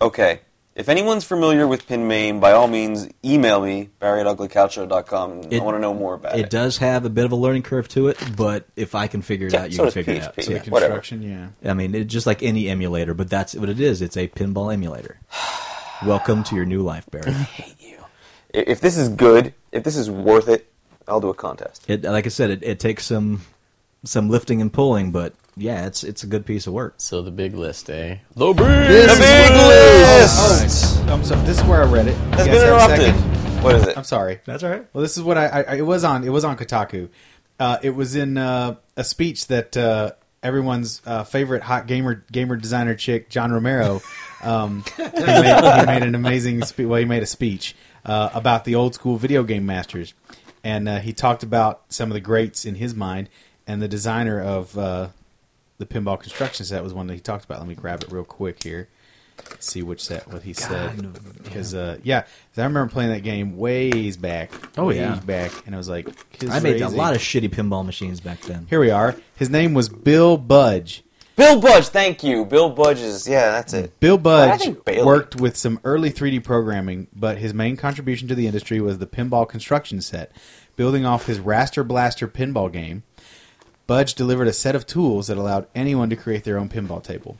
S5: Okay. If anyone's familiar with Pin Mame, by all means, email me, barry at uglycouchshow.com. I
S4: It-
S5: want to know more about it.
S4: It does have a bit of a learning curve to it, but if I can figure it
S5: Yeah,
S4: out, you
S5: so
S4: can
S5: does
S4: figure it out.
S5: PHP.
S4: So, yeah.
S5: Yeah. whatever.
S6: Construction, yeah.
S4: I mean, it's just like any emulator, but that's what it is. It's a pinball emulator. [SIGHS] Welcome to your new life, Barry.
S5: I- If this is good, if this is worth it, I'll do a contest.
S4: It, like I said, it, it takes some some lifting and pulling, but yeah, it's it's a good piece of work.
S3: So the big list, eh? The big
S5: The big list
S6: I'm Um, so, this is where I read it.
S5: has
S6: You
S5: been
S6: guys have a
S5: interrupted.
S6: second?
S5: What is it?
S6: I'm sorry.
S4: That's all right.
S6: Well, this is what I, I I- it was on it was on Kotaku. Uh, it was in uh, a speech that uh, everyone's uh, favorite hot gamer gamer designer chick, John Romero, um, [LAUGHS] he, made, he made an amazing spe- well, he made a speech uh, about the old school video game masters, and uh, he talked about some of the greats in his mind, and the designer of uh, the pinball construction set was one that he talked about. Let me grab it real quick here see which set what he said because uh, yeah 'cause I remember playing that game ways back
S4: Oh,
S6: ways
S4: yeah.
S6: back and I was like "Kids
S4: I made a
S6: crazy."
S4: lot of shitty pinball machines back then.
S6: here we are his name was Bill Budge
S5: Bill Budge, thank you. Bill Budge is yeah, that's it.
S6: Bill
S5: I
S6: Budge
S5: think Bailey-
S6: worked with some early 3D programming but his main contribution to the industry was the pinball construction set building off his Raster Blaster pinball game Budge delivered a set of tools that allowed anyone to create their own pinball table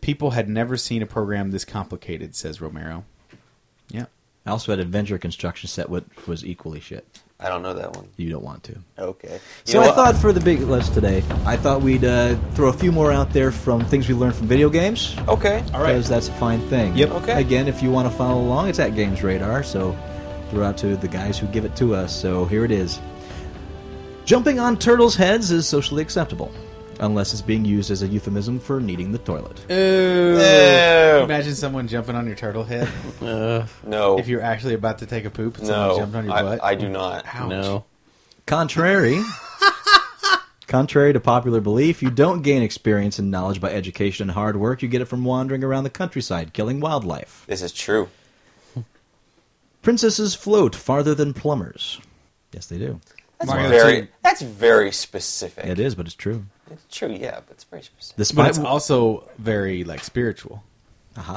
S6: people had never seen a program this complicated says Romero yeah
S4: I also had Adventure Construction set, which was equally shit.
S6: Hmm.
S5: I don't know that one.
S4: You don't want to.
S5: Okay. You
S4: So
S5: know
S4: I
S5: what?
S4: thought for the big list today, I thought we'd uh, throw a few more out there from things we learned from video games.
S5: Okay.
S6: All right.
S4: Because that's a fine thing.
S6: Yep.
S5: Okay.
S4: Again, if you want to follow along, it's at Games Radar. So throw out to the guys who give it to us. So here it is. Jumping on turtles' heads is socially acceptable, unless it's being used as a euphemism for needing the toilet.
S5: Ew.
S6: Imagine someone jumping on your turtle head
S5: No.
S6: if you're actually about to take a poop. And
S5: no.
S6: someone jumped on your
S5: I,
S6: butt.
S5: I do not.
S6: Ouch.
S3: No.
S4: Contrary. Contrary to popular belief, you don't gain experience and knowledge by education and hard work. You get it from wandering around the countryside, killing wildlife.
S5: This is true.
S4: Princesses float farther than plumbers. Yes, they do.
S5: That's
S6: Mario
S5: very.
S6: two.
S5: That's very specific.
S4: It is, but it's true.
S5: It's true. Yeah, but it's very specific.
S4: The
S6: But
S4: spot.
S6: it's also very like spiritual.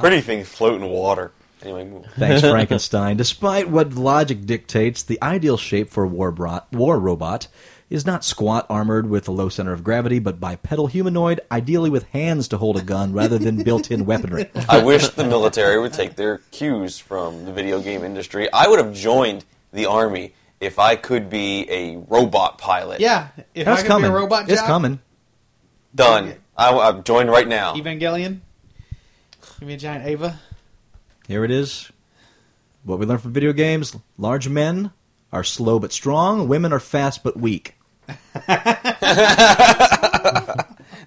S5: Pretty things float in water. Anyway, move.
S4: Thanks, Frankenstein. Despite what logic dictates, the ideal shape for a war, bro- war robot is not squat, armored with a low center of gravity, but bipedal humanoid, ideally with hands to hold a gun rather than built-in weaponry.
S5: I wish the military would take their cues from the video game industry. I would have joined the army if I could be a robot pilot.
S6: Yeah, if
S4: That's coming. it's coming.
S5: done. I, I'm joined right now.
S6: Evangelion. Give me a giant Ava.
S4: Here it is. What we learn from video games: large men are slow but strong, women are fast but weak.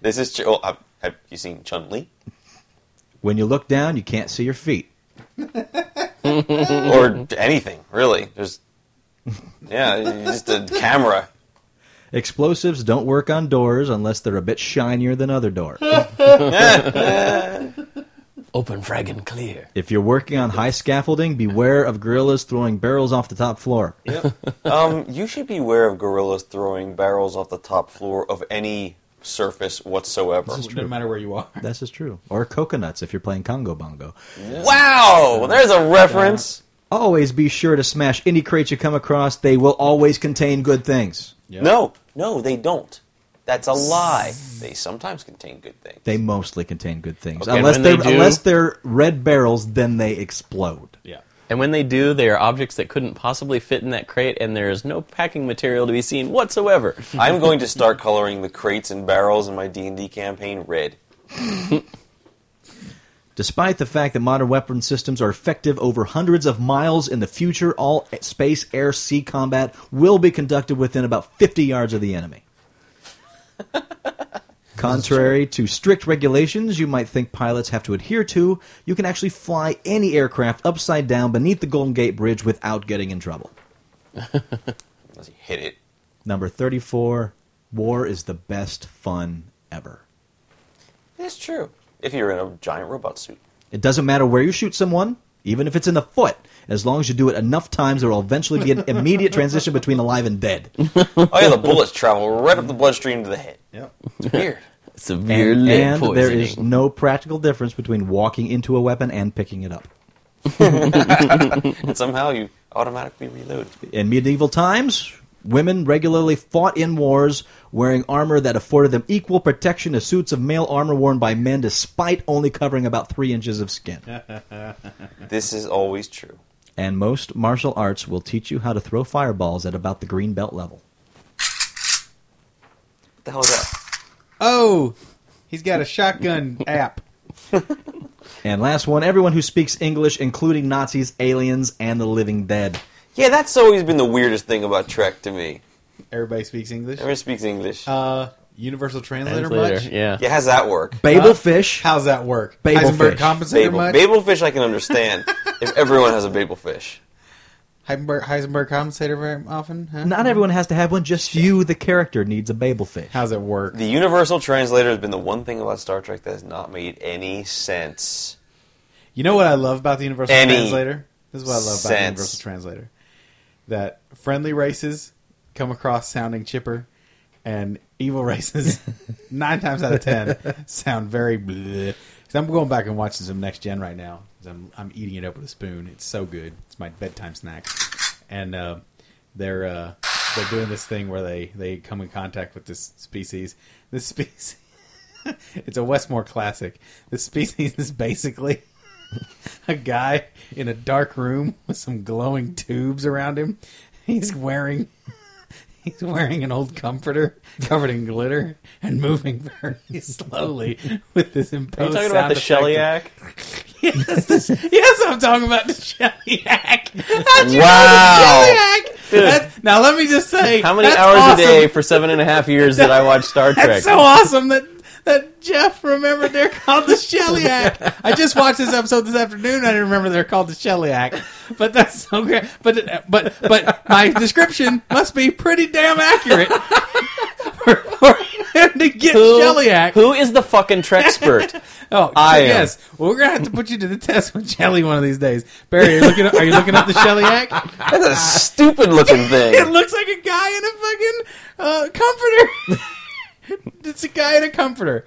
S5: This is true. Oh, I- have you seen Chun Li
S4: When you look down, you can't see your feet.
S5: or anything really? There's yeah, just a camera.
S4: Explosives don't work on doors unless they're a bit shinier than other doors.
S3: Open frag and clear.
S4: If you're working on high scaffolding, beware of gorillas throwing barrels off the top floor.
S5: Um, you should beware of gorillas throwing barrels off the top floor of any surface whatsoever.
S6: It doesn't matter where you are.
S4: This is true. Or coconuts if you're playing Congo Bongo.
S5: Wow, there's a reference.
S4: Always be sure to smash any crate you come across. They will always contain good things.
S5: No, no, they don't. That's a lie. They sometimes contain good things.
S4: They mostly contain good things.
S3: Okay,
S4: unless
S3: when they
S4: are
S3: do-
S4: unless they're red barrels, then they explode.
S6: Yeah.
S3: And when they do, they are objects that couldn't possibly fit in that crate, and there is no packing material to be
S5: [LAUGHS]
S3: seen whatsoever.
S5: [LAUGHS] I'm going to start coloring the crates and barrels in my D&D campaign red.
S4: Despite the fact that modern weapon systems are effective over hundreds of miles in the future, all space, air, sea combat will be conducted within about 50 yards of the enemy. Contrary to strict regulations you might think pilots have to adhere to, you can actually fly any aircraft upside down beneath the Golden Gate Bridge without getting in trouble.
S5: Unless you hit it.
S4: Number 34 War is the best fun ever.
S5: It's true. If you're in a giant robot suit.
S4: It doesn't matter where you shoot someone, even if it's in the foot. As long as you do it enough times, there will eventually be an immediate transition between alive and dead.
S5: Oh yeah, the bullets travel right up the bloodstream to the head.
S6: Yep.
S5: It's weird.
S3: Severe
S4: And,
S3: lead
S4: and there
S3: poisoning.
S4: is no practical difference between walking into a weapon and picking it up.
S5: and somehow you automatically reload.
S4: In medieval times, women regularly fought in wars wearing armor that afforded them equal protection to suits of male armor worn by men, despite only covering about three inches of skin.
S5: This is always true.
S4: And most martial arts will teach you how to throw fireballs at about the green belt level.
S5: What the hell is that?
S6: Oh, he's got
S5: [LAUGHS]
S6: a shotgun app.
S4: And last one, everyone who speaks English, including Nazis, aliens, and the living dead.
S5: Yeah, that's always been the weirdest thing about Trek to me.
S6: Everybody speaks English.
S5: Everyone speaks English.
S6: Uh, universal translator,
S3: Translator,
S6: much?
S3: Yeah.
S5: yeah, how's that work?
S4: Babel fish.
S6: How's that work?
S4: Babel
S6: Heisenberg
S4: fish.
S6: compensator
S5: Babel.
S6: much?
S5: Babel fish I can understand if everyone has a babel fish.
S6: Heisenberg, Heisenberg compensator very often? Huh?
S4: Not everyone has to have one, just you, the character, needs a Babel fish.
S6: How's it work?
S5: The universal translator has been the one thing about Star Trek that has not made any sense.
S6: You know what I love about the Universal
S5: Any
S6: Translator? This is what I love about the
S5: sense.
S6: Universal Translator. That friendly races come across sounding chipper, and
S5: [LAUGHS]
S6: evil races, nine times out of ten, sound very bleh. 'Cause I'm going back and watching some Next Gen right now. 'cause I'm, I'm eating it up with a spoon. It's so good. It's my bedtime snack. And uh, they're uh, they're doing this thing where they, they come in contact with this [LAUGHS] species. This species. it's a Westmore classic. This species is basically a guy in a dark room with some glowing tubes around him. He's wearing he's wearing an old comforter covered in glitter and moving very slowly with this imposed.
S3: Are you talking about the
S6: sound effect
S3: Shellyak?
S6: yes, this- yes, I'm talking about the Shellyak. How'd you
S5: Wow.
S6: know the Shellyak? That's- now let me just
S3: [LAUGHS]
S6: say,
S3: How many
S6: that's
S3: hours
S6: awesome.
S3: a day for seven and a half years did I watch
S6: [LAUGHS]
S3: Star Trek?
S6: That's so awesome that that Jeff remembered they're called the Shellyak.
S3: [LAUGHS]
S6: I just watched this episode this afternoon. and I didn't remember they're called the Shellyak, but that's so great. But but but my description must be pretty damn accurate for, for him to get Shellyak.
S3: who is the fucking
S6: [LAUGHS]
S3: Trexpert?
S6: Oh,
S3: I
S6: so
S3: am.
S6: yes. Well, we're gonna have to put you to the test with Shelly one of these days. Barry, are you looking up, are you looking up
S3: [LAUGHS]
S6: the Shellyak?
S5: That's a
S6: [LAUGHS]
S5: stupid looking
S6: It
S5: thing.
S6: looks like a guy in a fucking uh, comforter. [LAUGHS] it's a guy in a comforter.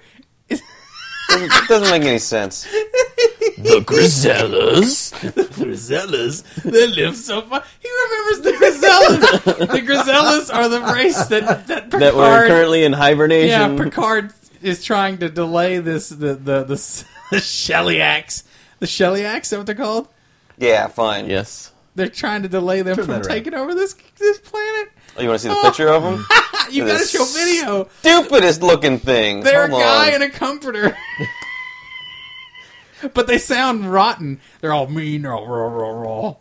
S5: it doesn't make any sense.
S3: the Grisellas.
S6: Grisellas that live so far. He remembers the Grisellas. the Grisellas are the race that that Picard.
S3: That were currently in hibernation.
S6: yeah, Picard is trying to delay this the the the, s- [LAUGHS] the Shellyaks. The Shellyaks, is that what they're called?
S5: Yeah, fine.
S3: yes.
S6: They're trying to delay them
S4: that
S6: from
S4: around.
S6: taking over this this planet.
S5: Oh, you want to see the
S6: Oh.
S5: picture of him?
S6: [LAUGHS] You
S5: They're
S6: gotta show
S5: s-
S6: video.
S5: Stupidest looking thing.
S6: They're
S5: Hold
S6: a guy
S5: on.
S6: in a comforter. [LAUGHS] but they sound rotten. They're all mean. They're all raw, raw, raw.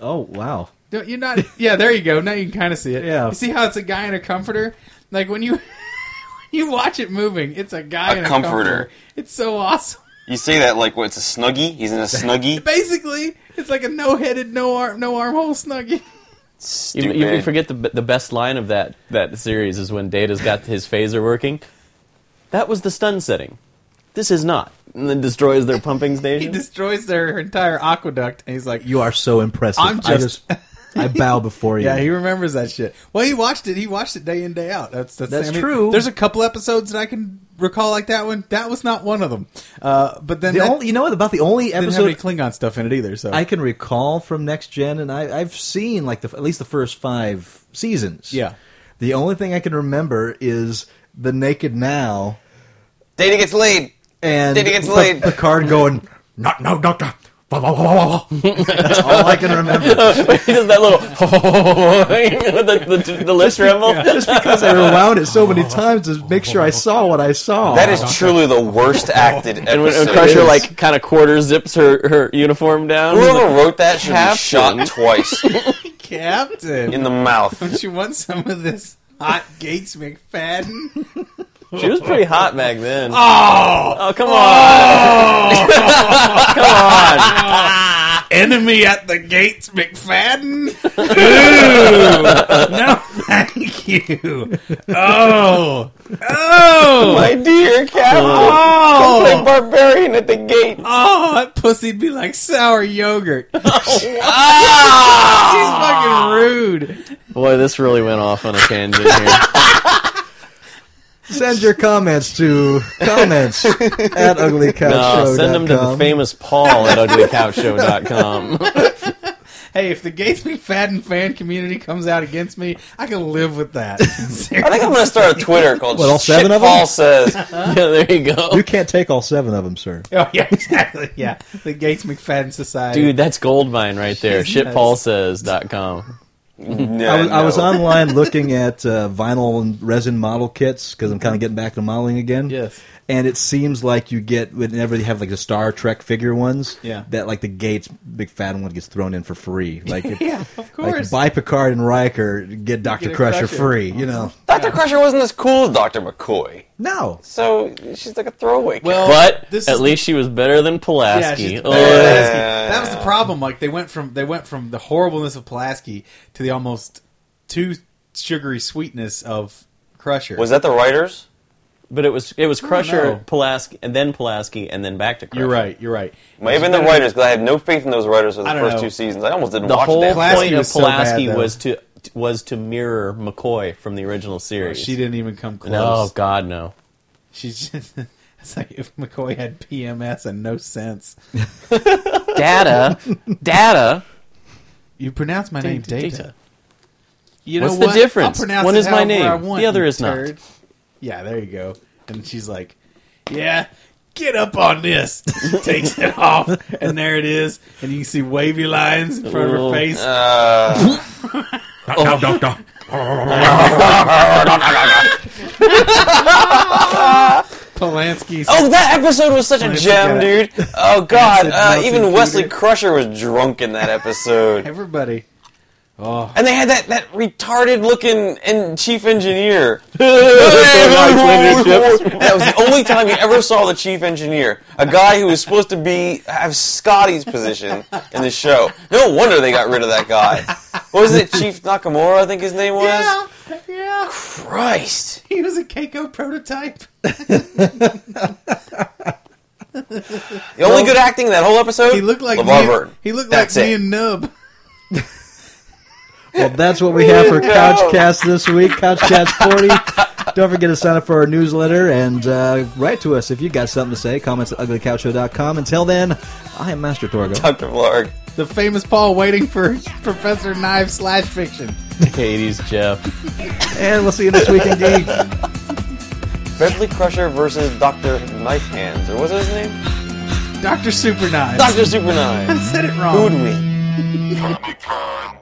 S4: Oh wow.
S6: Don't you not? [LAUGHS] Yeah, there you go. Now you can kind of see it.
S4: Yeah.
S6: You see how it's a guy in a comforter? Like when you [LAUGHS] when you watch it moving, it's a guy
S5: A
S6: in a
S5: comforter.
S6: comforter. It's so awesome. [LAUGHS]
S5: You say that like what? It's a snuggie. He's in a snuggie.
S6: Basically, it's like a no-headed, no arm, no armhole snuggie.
S3: You,
S5: Stupid.
S3: you, you forget the the best line of that that series is when Data's got his phaser working. That was the stun setting. This is not. And then destroys their
S6: [LAUGHS]
S3: pumping
S6: He
S3: station.
S6: destroys their entire aqueduct, and he's like,
S4: You are so impressive.
S6: I'm
S4: I,
S6: just-
S4: I bow
S6: [LAUGHS]
S4: before you.
S6: Yeah, he remembers that shit. Well, he watched it. He watched it day in day out. That's that's,
S4: That's
S6: I mean,
S4: true.
S6: There's a couple episodes that I can recall like that one. That was not one of them. Uh, but then
S4: the
S6: that
S4: only, you know what? About the only
S6: didn't have any
S4: episode
S6: Klingon stuff in it either. So
S4: I can recall from Next Gen, and I, I've seen like the at least the first five seasons.
S6: Yeah.
S4: The only thing I can remember is the naked now
S5: Data gets laid.
S4: and
S5: Data gets
S4: P-
S5: laid.
S4: Picard going, "Not now, Doctor." Wah, wah, wah, wah, wah. That's all I
S5: [LAUGHS]
S4: can remember.
S3: he does that little with [LAUGHS] the, the, the
S6: [LAUGHS]
S3: lip tremble.
S4: Just because I rewound it so many times to make sure I saw what I saw.
S5: That is truly the worst acted episode.
S3: Oh. And when, when Crusher like kind of quarter zips her, her uniform down, he's like,
S5: whoever wrote that should be shot
S3: Captain.
S5: twice
S6: Captain,
S5: in the
S3: [LAUGHS]
S5: mouth.
S6: don't you want some of this hot Gates McFadden?
S3: she was pretty hot back then.
S6: [LAUGHS] Oh,
S3: Oh, come on! [LAUGHS] come on!
S6: [LAUGHS] enemy at the gates, McFadden. Ooh. no, thank you. Oh, oh,
S3: [LAUGHS]
S5: My dear Captain,
S6: oh.
S5: play barbarian at the gate.
S6: Oh, that pussy'd be like
S3: [LAUGHS]
S6: sour yogurt. [LAUGHS] She's fucking rude.
S3: Boy, this really went off on a tangent
S6: [LAUGHS]
S3: here.
S4: Send your comments to
S5: [LAUGHS]
S4: comments at uglycouchshow.com.
S3: No, send them to the famous Paul at
S6: [LAUGHS]
S3: uglycouchshow.com.
S6: Hey, if the Gates McFadden fan community comes out against me, I can live with [LAUGHS] that.
S5: I think I'm gonna start a Twitter called
S4: What, all seven
S5: Shit
S4: of 'em?
S5: Paul
S4: [LAUGHS]
S5: Says.
S3: yeah, there you go.
S4: You can't take all seven of them, sir.
S6: [LAUGHS] oh yeah, exactly. Yeah, the Gates McFadden Society.
S3: Dude, that's gold mine right there.
S6: Jesus.
S3: Shitpaulsays.com.
S5: No,
S4: I was, I was
S5: no.
S4: online looking at uh, vinyl and resin model kits because I'm kind of getting back to modeling again.
S6: Yes.
S4: And it seems like you get whenever they have like the Star Trek figure ones,
S6: Yeah.
S4: that like the Gates big fat one gets thrown in for free.
S6: [LAUGHS]
S4: Like, if-
S6: yeah, of
S4: like
S6: course.
S4: buy Picard and Riker, get Doctor
S6: a
S4: Crusher,
S6: Crusher.
S4: free. You
S6: [LAUGHS]
S4: know,
S5: Dr. Crusher wasn't as cool as Dr. McCoy.
S4: no,
S5: So she's like a throwaway.
S6: well,
S3: But
S6: Oh, this
S3: at
S6: is-
S3: least she was better than
S6: Yeah,
S3: Pulaski.
S6: she's
S3: Oh,
S6: better than
S5: yeah.
S6: Pulaski. That was the problem. Like they went from they went from the horribleness of Pulaski to the almost too sugary sweetness of Crusher.
S5: was that the writers?
S3: But it was it was
S6: know.
S3: Crusher, Pulaski, and then Pulaski, and then back to Crusher.
S6: You're right. You're right.
S5: Might have been the writers because I had no faith in those writers for the
S6: I don't
S5: first
S6: know.
S5: two seasons. I almost didn't
S3: The
S5: watch
S3: whole
S5: that.
S6: Pulaski
S3: point of
S6: was so bad,
S3: Pulaski
S6: though.
S3: was to was to mirror McCoy from the original series.
S6: She didn't even come close.
S3: No, God, no.
S6: She's just, [LAUGHS] it's like if McCoy had PMS and no sense. [LAUGHS]
S3: Data, data.
S6: You pronounce my name Data. You
S3: What's the difference? One is my
S6: however
S3: name.
S6: I want,
S3: The other
S6: you
S3: is not.
S6: turd. Yeah, there you go. And she's like, "Yeah, get up on this. [LAUGHS] Takes it off, and there it is. And you can see wavy lines in front of her face.
S3: uh,
S6: [LAUGHS] Polanski's
S5: Oh, that episode was such a
S6: I
S5: gem, dude.
S6: forget
S5: Oh God,
S6: Acid
S5: uh,
S6: melted
S5: even Wesley
S6: Peter.
S5: Crusher was drunk in that episode,
S6: everybody.
S5: and they had that that retarded looking and chief
S6: [LAUGHS]
S5: engineer. [LAUGHS] that was the only time you ever saw the chief engineer, a guy who was supposed to be have Scotty's position in the show. No wonder they got rid of that guy. What was it Chief Nakamura? I think his name was.
S6: Yeah, yeah.
S5: Christ.
S6: He was a Keiko prototype.
S5: The only good acting in that whole episode.
S6: He looked like
S5: LeVar
S6: me,
S5: Burton.
S6: he looked
S5: That's
S6: like me
S5: it.
S6: and Nub.
S4: Well, that's what we have for Couchcast this week, Couchcast 40. Don't forget to sign up for our newsletter and uh, write to us if you got something to say. Comments at uglycouchshow.com. Until then, I am Master Torgo.
S5: Dr. Vlarg.
S6: The famous Paul waiting for [LAUGHS] Professor Knives slash fiction.
S3: Katie's Jeff.
S4: And we'll see you next week in Geek.
S5: Bentley Crusher versus Dr. Knife Hands, or what's his name?
S6: Dr. Super Knives.
S5: Dr. Super Knives.
S6: [LAUGHS] said it
S5: Who would
S6: wrong.
S5: win?
S2: Comic Con.